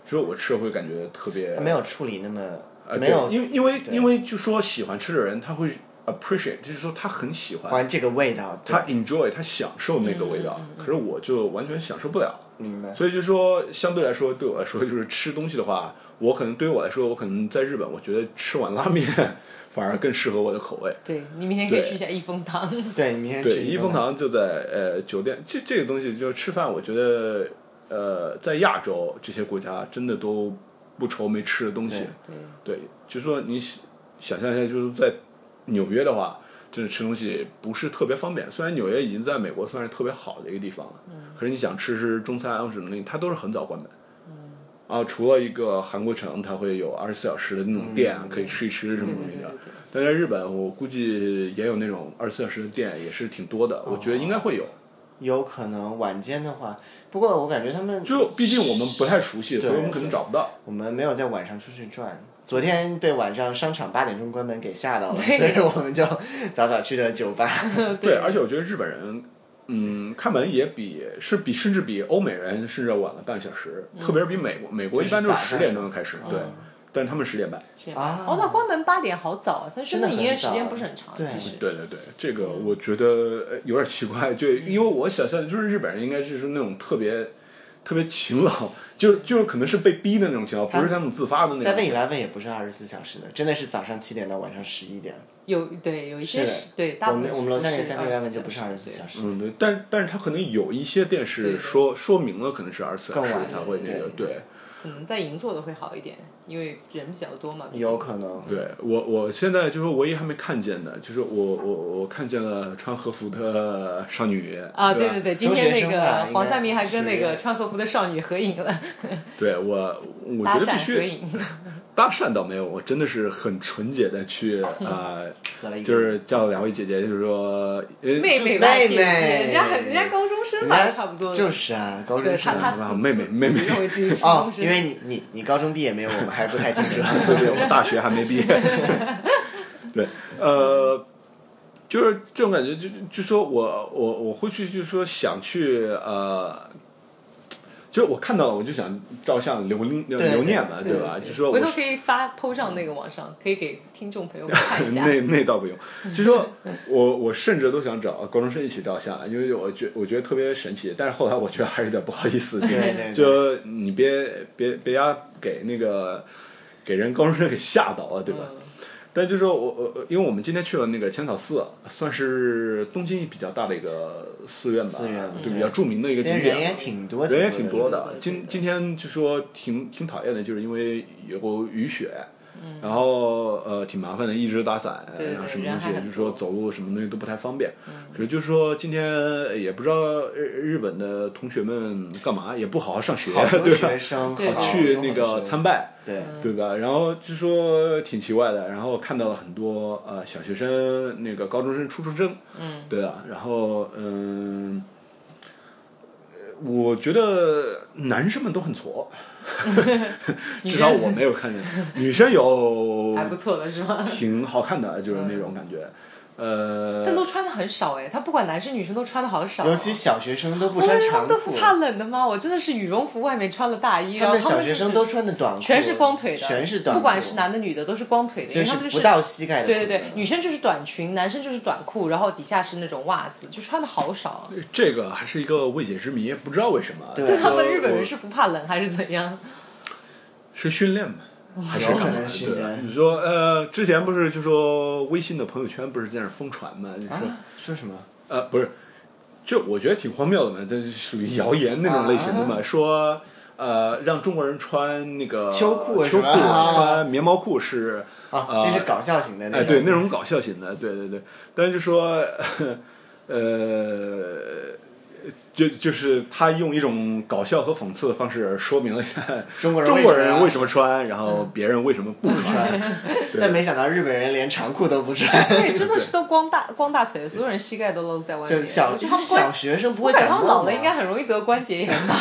所以我吃了会感觉特别它没有处理那么呃没有对因为因为对因为就说喜欢吃的人他会 appreciate，就是说他很喜欢，还这个味道，对他 enjoy，他享受那个味道，嗯可是我就完全享受不了。明白。所以就说，相对来说，对我来说，就是吃东西的话，我可能对于我来说，我可能在日本，我觉得吃碗拉面 反而更适合我的口味。对你明天可以对去一下益丰堂，对，你明天对，去一风堂就在呃酒店，这这个东西就是吃饭，我觉得呃在亚洲这些国家真的都不愁没吃的东西。对对，就说你想想象一下，就是在纽约的话，就是吃东西不是特别方便。虽然纽约已经在美国算是特别好的一个地方了，嗯可是你想吃吃中餐啊什么东西，它都是很早关门。嗯啊，除了一个韩国城，它会有二十四小时的那种店啊，可以吃一吃什么东西 嗯啊的对对对对。但在日本，我估计也有那种二十四小时的店，也是挺多的。我觉得应该会有，有可能晚间的话，不过我感觉他们就毕竟我们不太熟悉，所以我们可能对找不到。我们没有在晚上出去转。昨天被晚上商场八点钟关门给吓到了，所以我们就早早去了酒吧。对，而且我觉得日本人，嗯，看门也比是比甚至比欧美人甚至要晚了半小时，特别是比美国，美国一般都是就是十早上点钟开始，对，但是他们十点半。十点半哦，那关门八点好早，啊它真的啊真的很营业时间早不是很长，对其实。对对对，这个我觉得呃有点奇怪，就因为我想象就是日本人应该就是那种特别特别勤劳，就是就是可能是被逼的那种勤劳，不是他们自发的那 Seven 种。 Eleven 也不是二十四小时的，真的是早上七点到晚上十一点。有对有一些是是对，大我部分们我们楼下那个是 Seven Eleven 24就不是二十四小时。嗯，对，但但是他可能有一些店对是对说说明了，可能是二十四小更时晚才会那对个，对，可能在银座的会好一点，因为人比较多嘛。毕竟有可能。对我，我现在就是唯一还没看见的，就是我我我看见了穿和服的少女啊，对对吧对对，今天那中学生吧应个该黄三明还跟那个是穿和服的少女合影了，对我我搭 觉得讪必合须影。搭讪倒没有，我真的是很纯洁的去啊、嗯呃喝了一就杯是叫两位姐姐，就是说呃妹妹吧，妹姐姐，妹人家很人家高中生人吧，家差不多。就是啊，高对中他生他吧自己妹妹妹妹自己认为自己是高哦中，生，因为你你你高中毕业没有，我们还不太清楚。对对，我大学还没毕业。 对，呃，就是这种感觉，就就说我我我会去，就是说想去呃。就是我看到了，我就想照相留念对留念嘛，对吧？对就说我回头是可以发 PO 上那个网上，可以给听众朋友们看一 下。那那倒不用，就 说我我甚至都想找高中生一起照相，因为我觉我觉得特别神奇，但是后来我觉得还是有点不好意思，就对 对对就你别别别呀，给那个给人高中生给吓到了，对吧？嗯但就是说我我因为我们今天去了那个浅草寺，算是东京比较大的一个寺院吧，寺院对嗯比较著名的一个今景天点人也挺多， 人也挺挺多的对对。对今对今天就说挺挺讨厌的，就是因为有雨雪，然后呃挺麻烦的，一直打伞，啊嗯对对然后对什么人东还西很就说多嗯走路什么东西都不太方便。可是就是说今天呃也不知道日日本的同学们干嘛，也不好好上学， 好多对吧学？生，对好多去同那个学参拜，对，嗯对吧？然后就说挺奇怪的，然后看到了很多呃小学生、那个高中生、初中生，嗯，对啊，然后嗯、呃我觉得男生们都很 挫，至少我没有看见，女生有还不错的是吗？挺好看的，就是那种感觉，呃，嗯但都穿的很少哎，他不管男生女生都穿的好少。尤其小学生都不我穿们他长们都不裤，怕冷的吗？我真的是羽绒服外面穿了大衣，然他后们他们小学生就是都穿的短裤，全是光腿的，全是短裤，不管是男的女的都是光腿的，因就为他们不到膝盖的裤对子，对对，女生就是短裙，男生就是短裤，然后底下是那种袜子，就穿的好 少。这个还是一个未解之谜，不知道为什么。对就对是他们说日本我人是不怕冷还是怎 样？是训练嘛，还是哦有干嘛可能的？是对训吧？练你说呃，之前不是就说微信的朋友圈不是在那儿疯传嘛？就说、啊，说什么？呃不是，就我觉得挺荒谬的嘛，这是属于谣言那种类型的嘛，啊说呃让中国人穿那个秋裤是秋裤吧啊穿棉毛裤是啊，呃那是搞笑型的那哎，种，对，那种搞笑型的，哎对对对。但是就说，呃，就就是他用一种搞笑和讽刺的方式说明了一下中国人中为国什么人要嗯为什么穿，然后别人为什么不穿。但没想到日本人连长裤都不穿，对，真的是都光大光大腿的，所有人膝盖都露在外面。就小我觉就得他是们小关，学生不我会感觉感他们冒老吗了应该很容易得关节炎吧？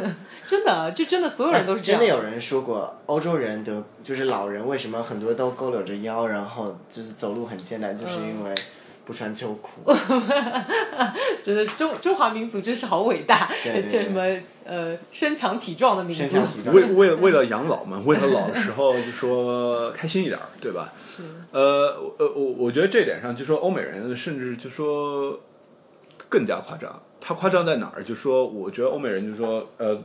真的，就真的所有人都是这哎真样。的有人说过，欧洲人得就是老人为什么很多都佝偻着腰，然后就是走路很艰难，就是嗯因为不穿秋 裤。觉得中中华民族真是好伟大，对对而且什么呃身强体壮的民身族强。体壮为为为了养老嘛，为了老的时候就说开心一点儿，对吧？呃，我呃我我觉得这点上，就说欧美人甚至就说更加夸张。他夸张在哪儿？就说我觉得欧美人就说呃，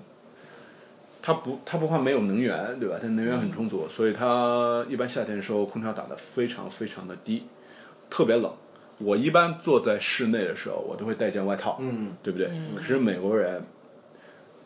他不他不怕没有能源，对吧？他能源很充足，所以他一般夏天的时候空调打得非常非常的低，特别冷。我一般坐在室内的时候，我都会带件外套，嗯，对不对？可是美国人，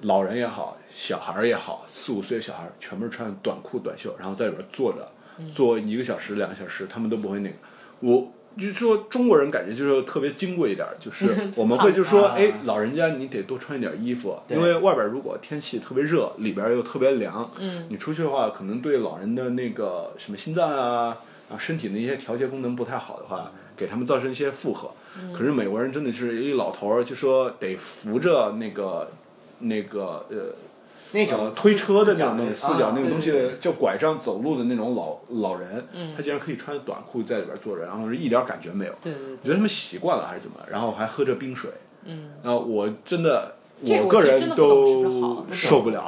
老人也好，小孩儿也好，四五岁的小孩儿全部是穿短裤短袖，然后在里边坐着，坐一个小时两个小时，他们都不会那个。我就是说中国人感觉就是特别矜贵一点儿，就是我们会就说，啊哎，老人家你得多穿一点衣服，因为外边如果天气特别热，里边又特别凉，嗯，你出去的话，可能对老人的那个什么心脏啊啊身体的一些调节功能不太好的话，给他们造成一些负荷。可是美国人真的是一老头儿，就说得扶着那个那个呃那呃种推车的那种那啊那种四角那对个东西啊对，嗯就拐杖走路的那种老老人，他竟然可以穿短裤在里边坐着，然后是一点感觉没有。对对我觉得他们习惯了还是怎么，然后还喝着冰水。嗯，啊，我真的这个我个是人真的不懂是不是好都不懂受不了。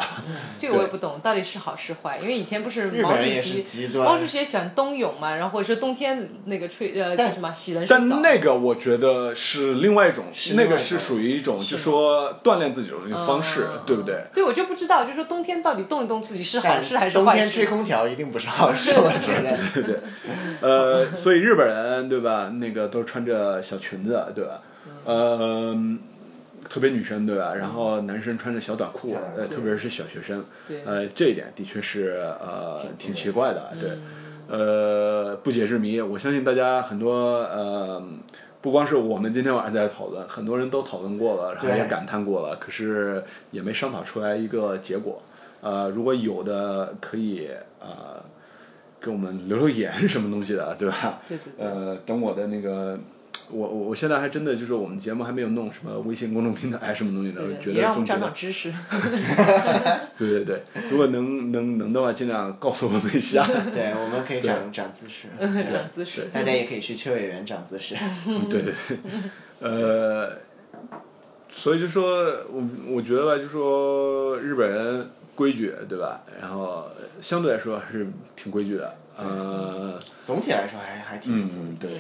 这个我也不懂到底是好是坏，因为以前不是日毛本主人也席是极毛端主，席也喜欢冬泳嘛，然后或者说冬天那个吹呃叫但什么洗冷水但澡，那个我觉得是另外一种，是那另个外一是种属于一种就是说锻炼自己的一个方式，嗯对不对？对，我就不知道，就是说冬天到底动一动自己是好但事还是冬坏天吹事？空调一定不是好事，我觉 得。呃，所以日本人对吧？那个都穿着小裙子，对吧？呃，特别女生对吧？然后男生穿着小短裤小短，裤呃，特别是小学生，对呃，这一点的确是呃挺挺奇奇怪的，对，呃，不解之谜。我相信大家很多呃。不光是我们今天晚上在讨论，很多人都讨论过了，然后对也感叹过了，可是也没商讨出来一个结果。呃，如果有的可以呃给我们留留言 是什么东西的，对吧？对对对呃，等我的那个，我我我现在还真的就是我们节目还没有弄什么微信公众平台 什么东西的，对我对觉也得让我中们国长长知识。对对对，如果能能能的话，尽量告诉我们一 下。对，我们可以长长姿势，长对姿势大家也可以去秋叶原长 姿势。对对对，呃，所以就说我我觉得吧，就说日本人规矩对吧？然后相对来说还是挺规矩的，呃，总体来说还还挺不错的嗯，对，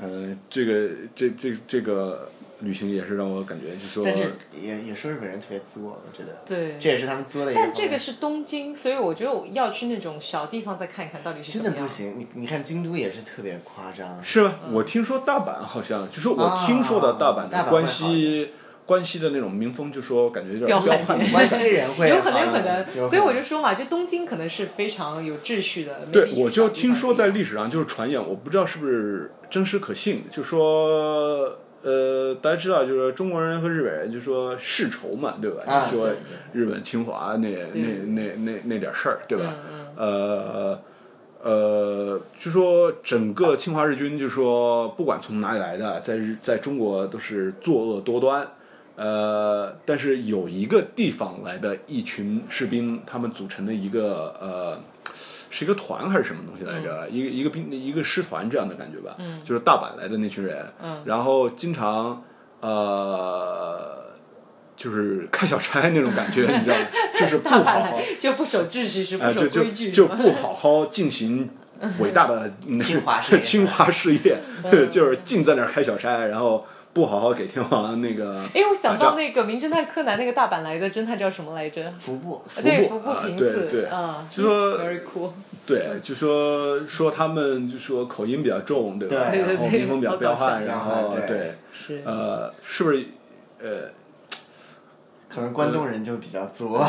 呃，这个这这这个旅行也是让我感觉就说，但这也也说日本人特别作，我觉得对这也是他们作的一个方但面。这个是东京，所以我觉得我要去那种小地方再看看到底是真怎的么样。不行，你你看京都也是特别夸张，是吗？我听说大阪好像，就说我啊听说的大阪嗯大阪的会关好一西关西的那种民风，就说感觉有点彪彪悍悍一点的关 西人会有可能，好有可有能，所以我就说嘛，就东京可能是非常有秩序的。对 maybe，去我就小地听方说在历史上就是传言，我不知道是不是真实可信，就说。呃，大家知道，就是中国人和日本人就说世仇嘛，对吧？啊就说对日本侵华那那那那那点事儿，对吧？嗯嗯呃呃，就说整个侵华日军，就说不管从哪里来的，在日在中国都是作恶多端。呃，但是有一个地方来的一群士兵，他们组成的一个呃，是一个团还是什么东西来着？一个一个兵一个师团这样的感觉吧。嗯，就是大阪来的那群人。嗯，然后经常呃。就是开小差那种感觉，你知道吗？就是不好好，嗯 就不守秩序是不啊，守就就规矩，就是吧不好好进行伟大的那个清华事业 清华事业， 就是尽在那儿开小差，然后不好好给天皇那个哎，我想到那个《名侦探柯南》那个大阪来的侦探叫什么来着？服部服对，部服部啊平对次，对啊，就说 he's very cool，对，就说说他们就说口音比较重，对吧？对对然后对民风比较好彪搞笑悍，然后对对，是，呃，是不是呃可能关东人就比较作，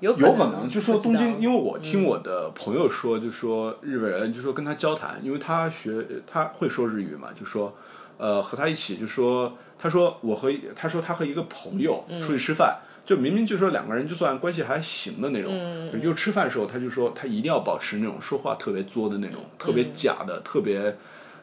有可有能，啊可能，就说不知东道嗯京，因为我听我的朋友说，就说日本人就说跟他交谈，因为他学呃他会说日语嘛，就说呃和他一起就说，他说我和他说他和一个朋友嗯出去吃饭。就明明就说两个人就算关系还行的那种，嗯就吃饭的时候他就说他一定要保持那种说话特别作的那种，特别假的，特别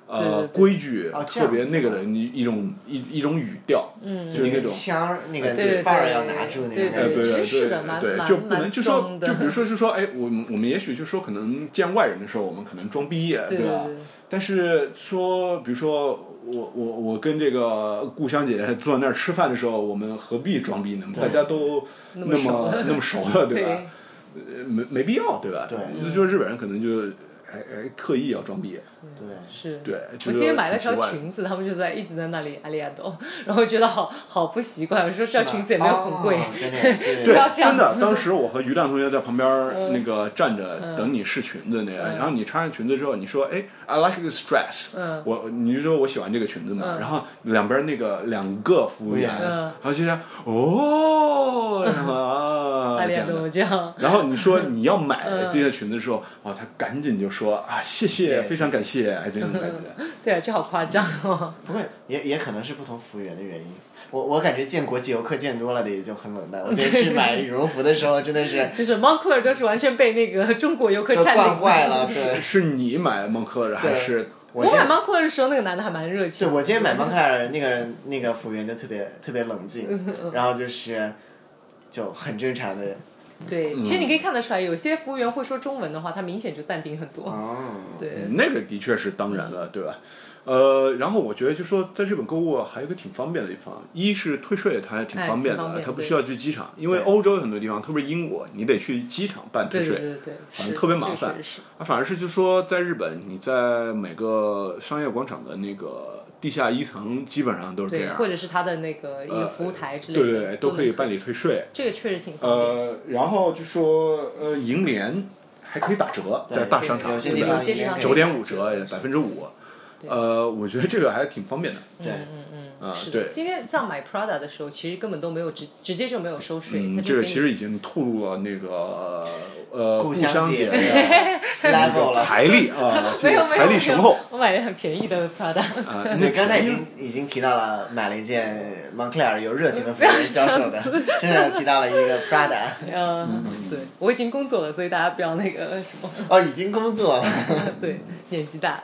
呃嗯对对对规矩，哦这特样别子那个吗的一一种一一种语调，嗯，就是那那个种腔儿那对对个对范儿要拿住对那种对感呃对觉。对其实是的蛮对，蛮就不能蛮就说装，的就比如说就说，哎，我们我们也许就说可能见外人的时候，我们可能装逼，对对吧对？但是说，比如说我我我跟这个故乡姐坐在那儿吃饭的时候，我们何必装逼呢？大家都那么熟么那么熟了，对吧对？呃没没必要，对吧？对就就是日本人可能就哎哎特意要装逼， 对，是，对我就今是天买了挺奇条怪的裙子，他们就在一直在那里阿里亚多，然后觉得好好不习惯，我说这条裙子也没有很贵，哦真的对 不对要，这样真子的，当时我和于亮同学在旁边儿那个站着等你试裙子那个，然后你穿上裙子之后，你说，哎，I like this dress，我你就说我喜欢这个裙子嘛，然后两边那个两个服务员，服务员然后就这样，哦，然后啊，阿这 里亚样的多这样，然后你说你要买这条裙子的时候，哇，他赶紧就说说啊，谢谢谢非常感谢，哎，这种感觉。对啊，这好夸张哦。不会，也也可能是不同服务员的原因。我我感觉见国际游客见多了的也就很冷淡。我这次去买羽绒服的时候，真的是 就是 Moncler 都是完全被那个中国游客都占领惯 坏。了。对，是你买蒙克尔还对是？我今买 Moncler 的时候，那个男的还蛮热情对的。我今天买蒙克尔，那个人那个服务员就特别特别 冷静，然后就是就很正常的。嗯对，其实你可以看得出来，有些服务员会说中文的话，他明显就淡定很啊多。哦，对，那个的确是当然了，对吧？呃，然后我觉得就说在日本购物啊还有一个挺方便的地方，一是退税它还挺哎方便的，挺方便它不对需要去机场，因为对欧洲有很多地方，特别是英国，你得去机场办退对税，对对对，反是正特别麻这个烦确实是。啊，反而是就说在日本，你在每个商业广场的那个地下一层基本上都是这对，样，或者是他的那个一呃个服务台之类对的，对对，都可以办理退税。这个确实挺方便。呃，然后就说呃银联还可以打折，在大商场有些对地吧方有些地方可以九可以点五折，百分之五。对嗯呃，我觉得这个还挺方便的。对，啊是的，对，今天像买 Prada 的时候，其实根本都没有直直接就没有收税，嗯，他这就个给其你实已经透露了那个呃故乡乡姐节的那 level 个了。财力 啊，这 没有个没有财力雄厚我买的很便宜的 Prada， 啊。对，那刚才已经已经提到了买了一件蒙克尔有热情的服务员销售的，现在提到了一个 Prada，嗯， 对，我已经工作了，所以大家不要那个什么， 哦，已经工作了。对，年纪大了，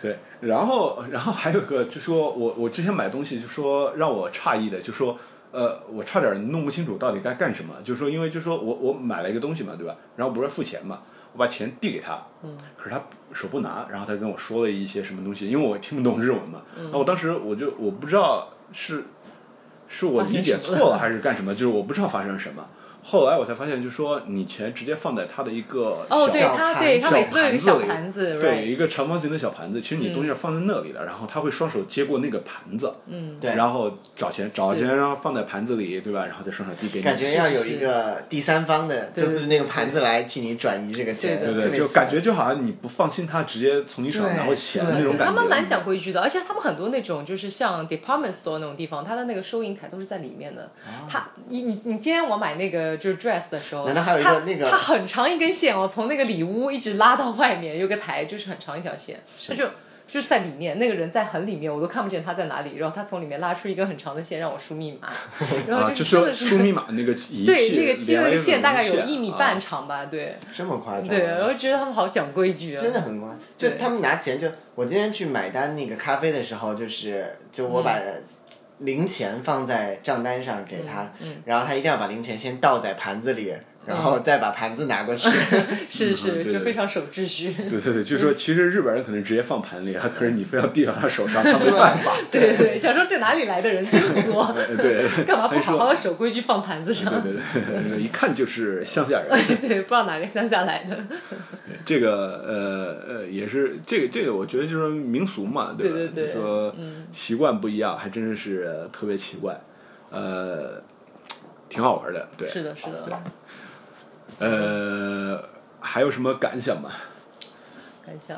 对，然后然后还有个，就说我我之前买东西，就说让我诧异的，就说呃，我差点弄不清楚到底该干什么，就是说因为就说我我买了一个东西嘛，对吧？然后不是付钱嘛，我把钱递给他，嗯可是他手不拿，然后他跟我说了一些什么东西，因为我听不懂日文嘛，嗯那、我当时我就我不知道是是我理解错了还是干什么，就是我不知道发生了什么。后来我才发现，就说你钱直接放在他的一个小哦，对小他，盘对他小每次都有一个小里盘子，对， right，一个长方形的小盘子，其实你东西是放在那里的，然后他会双手接过那个盘子，嗯，对然后找钱，找是钱，然后放在盘子里，对吧？然后再双手递给你，感觉要有一个第三方的，是是就是那个盘子来替你转移这个钱，对特对，别就奇怪感觉就好像你不放心他直接从你手上拿过钱对那种对感他觉。们蛮讲规矩的，而且他们很多那种就是像 department store 那种地方，它的那个收银台都是在里面的。哦他你你你今天我买那个就是 dress 的时候，难道还有一个它那个它很长一根线哦，从那个里屋一直拉到外面，有个台就是很长一条线，他就。就是在里面，那个人在很里面，我都看不见他在哪里。然后他从里面拉出一根很长的线让我输密 码，然后啊，就真的输密码那个仪器，对那个金连了一那个个线大概有线一米啊嗯半长吧，对这么夸张，啊对，呃然后觉得他们好讲规矩啊，真的很乖。就他们拿钱就，我今天去买单那个咖啡的时候，就是就我把嗯零钱放在账单上给他，嗯然后他一定要把零钱先倒在盘子里，然后再把盘子拿 过去。是对是嗯对就对非常守秩序。对对对，就是嗯说其实日本人可能直接放盘里啊，可是你非要递到他手上，他没办法。对对，小时候这哪里来的人这么做？呃对， 干嘛不还好说好的守规矩放盘子上？对对 对，一看就是乡下 人。对不知道哪个乡下来的。这个呃呃，也是这个这个，我觉得就是民俗嘛，吧？对嗯对对就说习惯不一样，还真是特别奇怪，呃，挺好玩的，对。 是的，是的对，呃，还有什么感想吗？感想。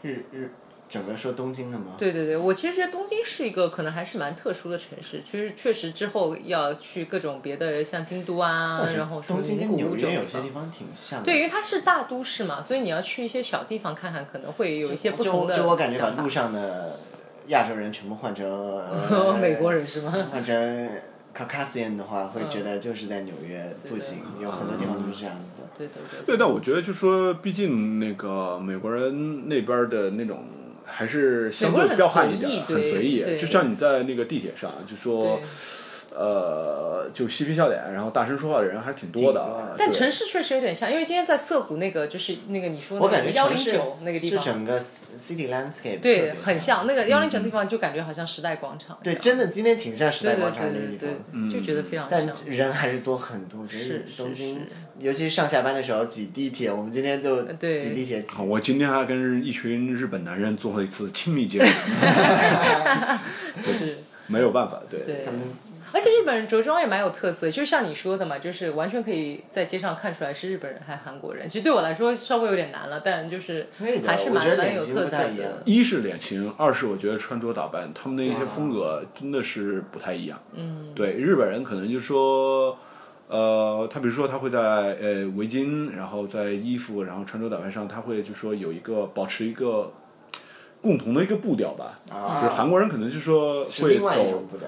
日日，整个说东京的吗？对对对，我其实觉得东京是一个可能还是蛮特殊的城市，其实确实之后要去各种别的，像京都啊，我觉然得后什么哦东京跟名古纽屋这种约有地些地方。方挺像的。对，因为它是大都市嘛，所以你要去一些小地方看看，可能会有一些不就同的就我感觉把想法路上的亚洲人全部换成、呃哦 美国人是吗？换成 Caucasian 的话，会觉得就是在纽约不行，有很多地方都是这样子。嗯对对对。对，但我觉得就说，毕竟那个美国人那边的那种。还是相美国对人很彪悍一随点意，很对随意。对就像你在那个地铁上，就说对，呃，就嬉皮笑脸，然后大声说话的人还是挺多的啊挺多的。但对城市确实有点像，因为今天在涩谷那个就是那个你说我那感个觉幺城零市九那个地就方，整个 city landscape 特对，别很像那个幺零九地方，就感觉好像时代广场一对，样。真的今天挺像时对代对广场这个对地对对方。，嗯就觉得非常但像。人还是多很多，我觉得是是东京是，尤其是上下班的时候挤地铁，我们今天就对挤地铁啊，挤，呃我今天还跟一群日本男人做了一次亲密接触， 是，没有办法，对。对他。们而且日本人着装也蛮有特色，就像你说的嘛，就是完全可以在街上看出来是日本人还是韩国人。其实对我来说稍微有点难了，但就是可以的还是我蛮觉得蛮脸有型特不色太一样的。一是脸型，二是我觉得穿着打扮，他们的一些风格真的是不太一样。嗯，对，日本人可能就说，呃，他比如说他会在呃围巾，然后在衣服，然后穿着打扮上，他会就说有一个保持一个共同的一个步调吧。啊就是韩国人可能就说是会另外一走种步调。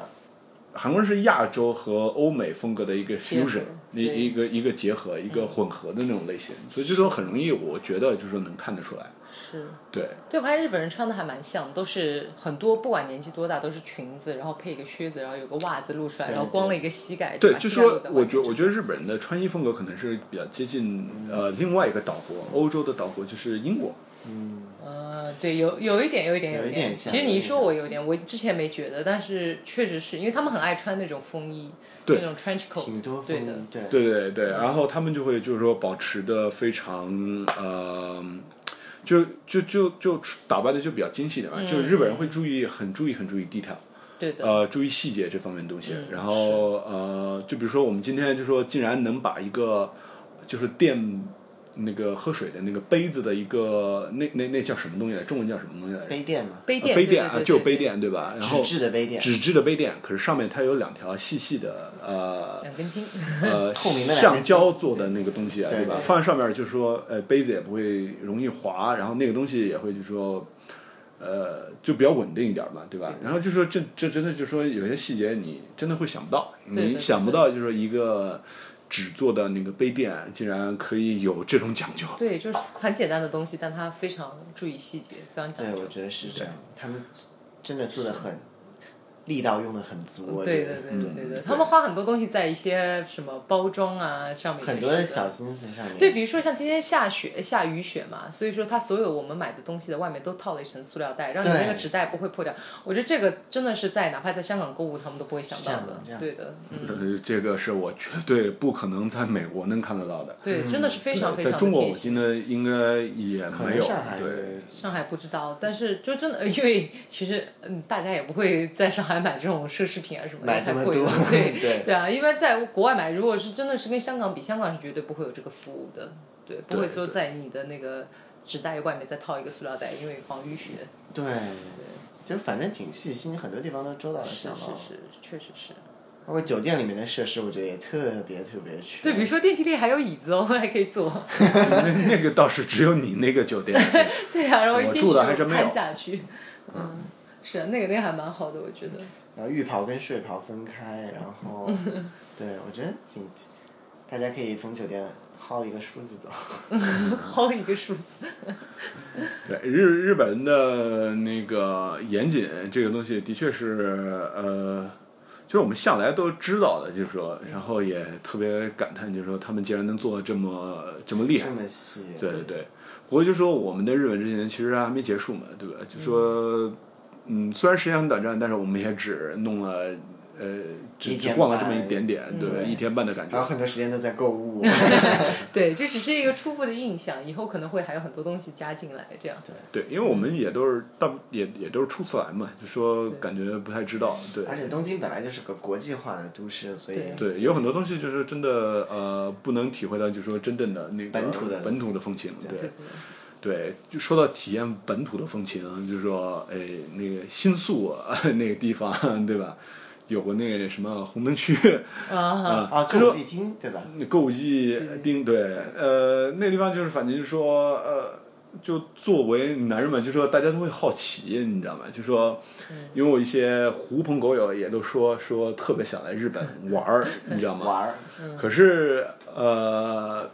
韩国人是亚洲和欧美风格的一个结合 fusion，一对嗯一个一个结合，一个混合的那种类型，所以这种很容易，我觉得就是说能看得出来。是。对，对，我发现日本人穿的还蛮像，都是很多不管年纪多大都是裙子，然后配一个靴子，然后有个袜子露出来，然后光了一个膝盖，对，把就膝盖说露在我外觉得我面觉得日本人的穿衣风格可能是比较接近呃另外一个岛国，欧洲的岛国就是英国。呃，对，有有一点，有一点，有一一点像其实你一说有我一点像有一点，我之前没觉得，但是确实是因为他们很爱穿那种风衣，对那种 trench coat，挺多对风的，对对对对，然后他们就会就是说保持的非常呃，就就就就打扮的就比较精细点嘛，就是日本人会注意很注意很注意 detail。嗯对的，呃，注意细节这方面的东西。嗯然后呃，就比如说我们今天就说，竟然能把一个就是电那个喝水的那个杯子的一个那那那叫什么东西来？中文叫什么东西来着？杯垫嘛，杯呃垫，杯对垫对啊，对就对杯对垫对吧？然后纸质的杯垫，纸质的杯垫，可是上面它有两条细细的呃两根筋， 呃透明的两橡根胶筋做的那个东西啊，对吧对？放在上面就是说，呃，杯子也不会容易滑，然后那个东西也会就是说，呃，就比较稳定一点嘛，对吧？然后就说这这真的就是说有些细节你真的会想不到，对对你对想不到就是说一个纸做的那个杯垫竟然可以有这种讲究。对，就是很简单的东西，但他非常注意细节，非常讲对，究，我觉得是这样，他们真的做的很，力道用的很足，我对觉对得对对对嗯对，他们花很多东西在一些什么包装啊上面，很多的小心思上面。对，比如说像今天下雪下雨雪嘛，所以说它所有我们买的东西的外面都套了一层塑料袋，让你对那个纸袋不会破掉。我觉得这个真的是在哪怕在香港购物，他们都不会想到像的。这样对的，嗯，呃，这个是我绝对不可能在美国能看得到的。对，真的是非常非嗯在常中的国，贴我心。记得应该也可没能有啊上哎海。对， 上海不知道，但是就真的，因为其实嗯，大家也不会在上海买这种奢侈品啊什么的，买这太么贵多了。对对对啊，因为在国外买，如果是真的是跟香港比，香港是绝对不会有这个服务的，对，不对会说对在你的那个纸袋外面再套一个塑料袋，因为防雨雪。对，就反正挺细心，很多地方都周到的是想到是了。是，确实是。包括酒店里面的设施，我觉得也特别特别全。对，比如说电梯里还有椅子哦， 还可以坐。那那个倒是只有你那个酒 店。对啊，然后一我进住去的还就真没有攀下去。嗯，是啊，那个那个还蛮好的，我觉得。 然后浴袍跟睡袍分开，然后，对我觉得挺，大家可以从酒店薅一个梳子走。薅一个数字，对日日本人的那个严谨这个东西，的确是呃，就是我们向来都知道的，就是说，然后也特别感叹，就是说他们竟然能做的这么这么厉害这，么细，对对对。不过就说我们的日本之行其实还没结束嘛，对吧？就说嗯，虽然时间很短暂，但是我们也只弄了呃，只一只天逛了这么半嗯一点点，对吧，对一天半的感觉然。后很多时间都在购物。对，这只是一个初步的印象，以后可能会还有很多东西加进来，这样。对，因为我们也都是大也也都是初次来嘛，就说感觉不太知道，对。而且东京本来就是个国际化的都市，所以对对，有很多东西就是真的呃，不能体会到，就是说真正的那个本土的本土的风情。对对对，就说到体验本土的风情，就是说，哎，那个新宿啊 那个地方，对吧？有过那个什么红灯区 啊，啊，啊，就歌说舞伎厅对嗯吧？那购物季定对，呃，那地方就是反正就是说，呃，就作为男人们，就说大家都会好奇，你知道吗？就说，因为我一些狐朋狗友也都说说特别想来日本玩儿，你知道吗？玩儿可是呃，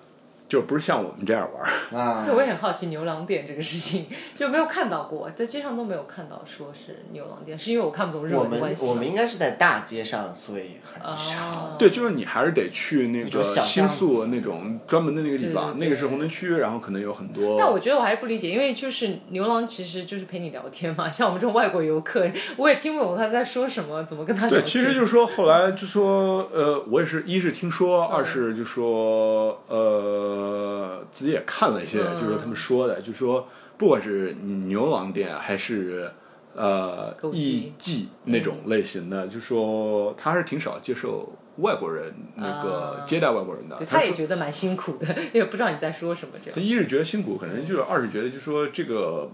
就不是像我们这样玩儿。啊嗯对，，我也很好奇牛郎店这个事情， 就没有看到过，在街上都没有看到说是牛郎店，是因为我看不懂日啊我文的们关系吗。我们应该是在大街上，所以很少啊。 对，就是你还是得去那那个种小新巷子宿那种专门的那个地方，对对那个是对红灯区，然后可能有很但多。我觉得我还是不理解，因为就是牛郎其实就是陪你聊天嘛，像我们这种外国游客，我也听不懂他在说什么，怎么跟他聊对，天。其实就是说，后来就说，呃，我也是一是听说，二是就说，呃，自己也看了一些，嗯就是说他们说的，就说不管是牛郎店还是呃歌舞艺伎伎那种类型的，就说他还是挺少接受外国人那个啊接待外国人的对，，他他也说觉得蛮辛苦的，也不知道你在说什么这他样。一是觉得辛苦，可能就是二是觉得就是说这个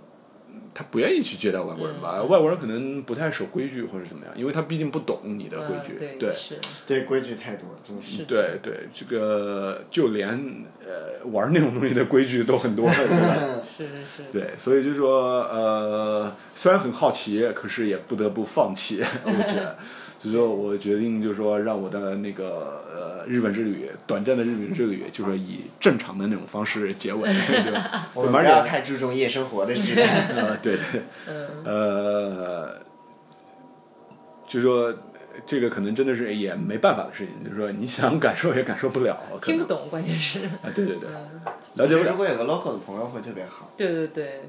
嗯他不愿意去接待外国人嗯吧？外国人可能不太守规矩或者怎么样，因为他毕竟不懂你的规矩。嗯对是，对规矩太多了，真的是。对对，这个就连呃玩那种东西的规矩都很多了，对吧？ 是是是，对，所以就说呃，虽然很好奇，可是也不得不放弃。我觉 得，所以说我决定就说让我的那个呃日本之旅，短暂的日本之旅，就说以正常的那种方式结 尾，对吧？我们不而要且太注重夜生活 的质量。呃对对，嗯，呃，就说。这个可能真的是也没办法的事情，就是说你想感受也感受不了，可能听不懂，关键是，啊，对对对，嗯，了解不了如。果有个 local 的朋友会特别好。对对对，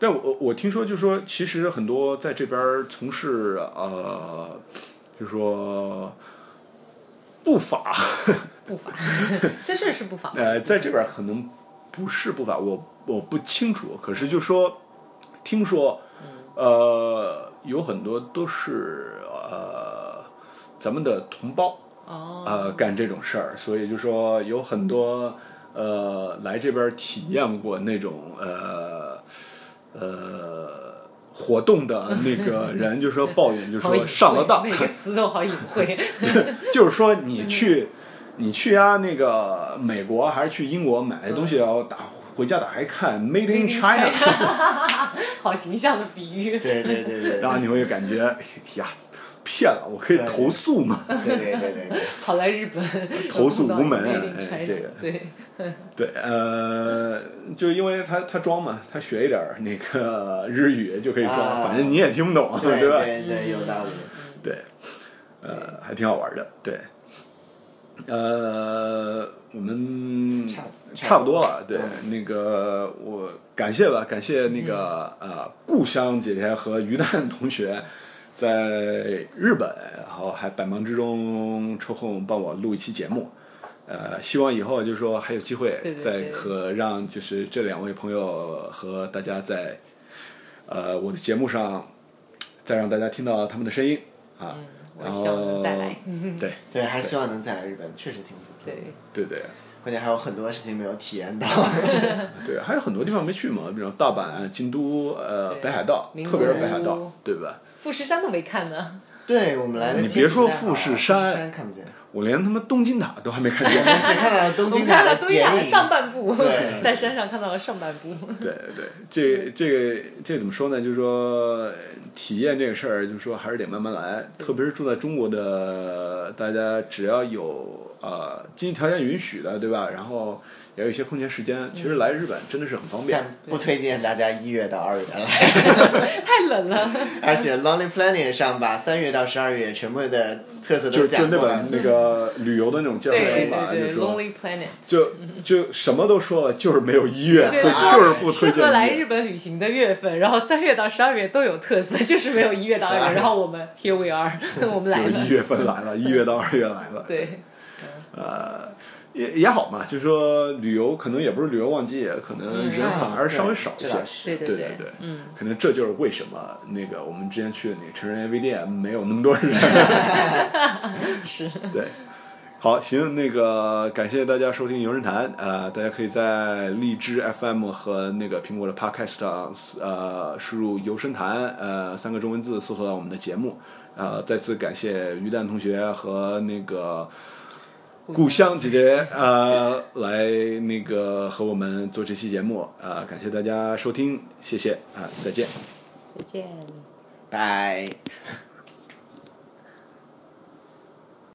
但我我听说，就说其实很多在这边儿从事呃，就说不法，不法，在这儿是不法，呃，在这边儿可能不是不法，我我不清楚。可是就说，听说嗯呃，有很多都是呃，咱们的同胞哦，呃干这种事儿，所以就说有很多呃来这边儿体验过那种呃呃活动的那个人，就说抱怨，就 好隐说晦上了当每，个词都好隐晦， 就是说你去你去啊那个美国还是去英国买的东西，然后打回家打开看 Made in China， 好形象的比喻，对对对对，然后你会感觉哎呀骗了，我可以对投诉吗？对对 对对对，好来日本投诉无门啊碰到一个 Made in 哎 China，这个对，对，呃，就因为他他装嘛，他学一点儿那个日语就可以装，啊反正你也听不懂，对吧？对对，有道理。嗯对，呃，还挺好玩的，对。呃，我们差差差不不多多了，对，嗯那个我感谢吧，感谢那个、嗯呃故乡姐姐和于蛋同学在日本，然后还百忙之中抽空帮我录一期节目。呃，希望以后就说还有机会对对再对和让就是这两位朋友和大家在呃我的节目上再让大家听到他们的声音啊。嗯，我然希望能后再来，哦 对对，还希望能再来日本，确实挺不错的。对对，对关键还有很多事情没有体验到。对，啊还有很多地方没去嘛，比如大阪、啊京都、呃对北海道，名特别是古北海道屋，对吧？富士山都没看呢，对我们来的你天别气说不太好富士啊富山山看不见，我连他妈东京塔都还没看见。 只看到了东我们京看塔到的东剪京塔的影。上半部对， 在山上看到了上半 部，对对，这这个这怎么说呢？就是说体验这个事儿，就是说还是得慢慢嗯来。特别是住在中国的大家，只要有呃经济条件允许的，对吧？然后也有一些空闲时间，嗯其实来日本真的是很方便。但不推荐大家一月到二月来，太冷了，而且 Lonely Planet 上把三月到十二月全部的特色就是都就讲那过了嗯本。那个旅游的那种教科书对对嘛，就是对说，Lonely Planet。就就什么都说了，就是没有一月，对，推说 就是不推适合荐来一月日本旅行的月份，然后三月到十二月都有特色，就是没有一月到二月。然后我们 here we are，我们来就是了一。月份来了，一月到二月来了，对，呃，也也好嘛，就是说旅游可能也不是旅游旺季，可能嗯人反而稍微少一这些。倒是。对对对对，嗯，可能这就是为什么那个我们之前去的那个成人 AV 店没有那么多人。 是，对，好，行，那个感谢大家收听游人谈，呃，大家可以在荔枝 FM 和那个苹果的 Podcast 上，呃，输入“游声谈”呃三个中文字，搜索到我们的节目。呃，再次感谢于蛋同学和那个故乡姐姐呃来那个和我们做这期节目，呃，感谢大家收听，谢谢啊、再见。再见。拜。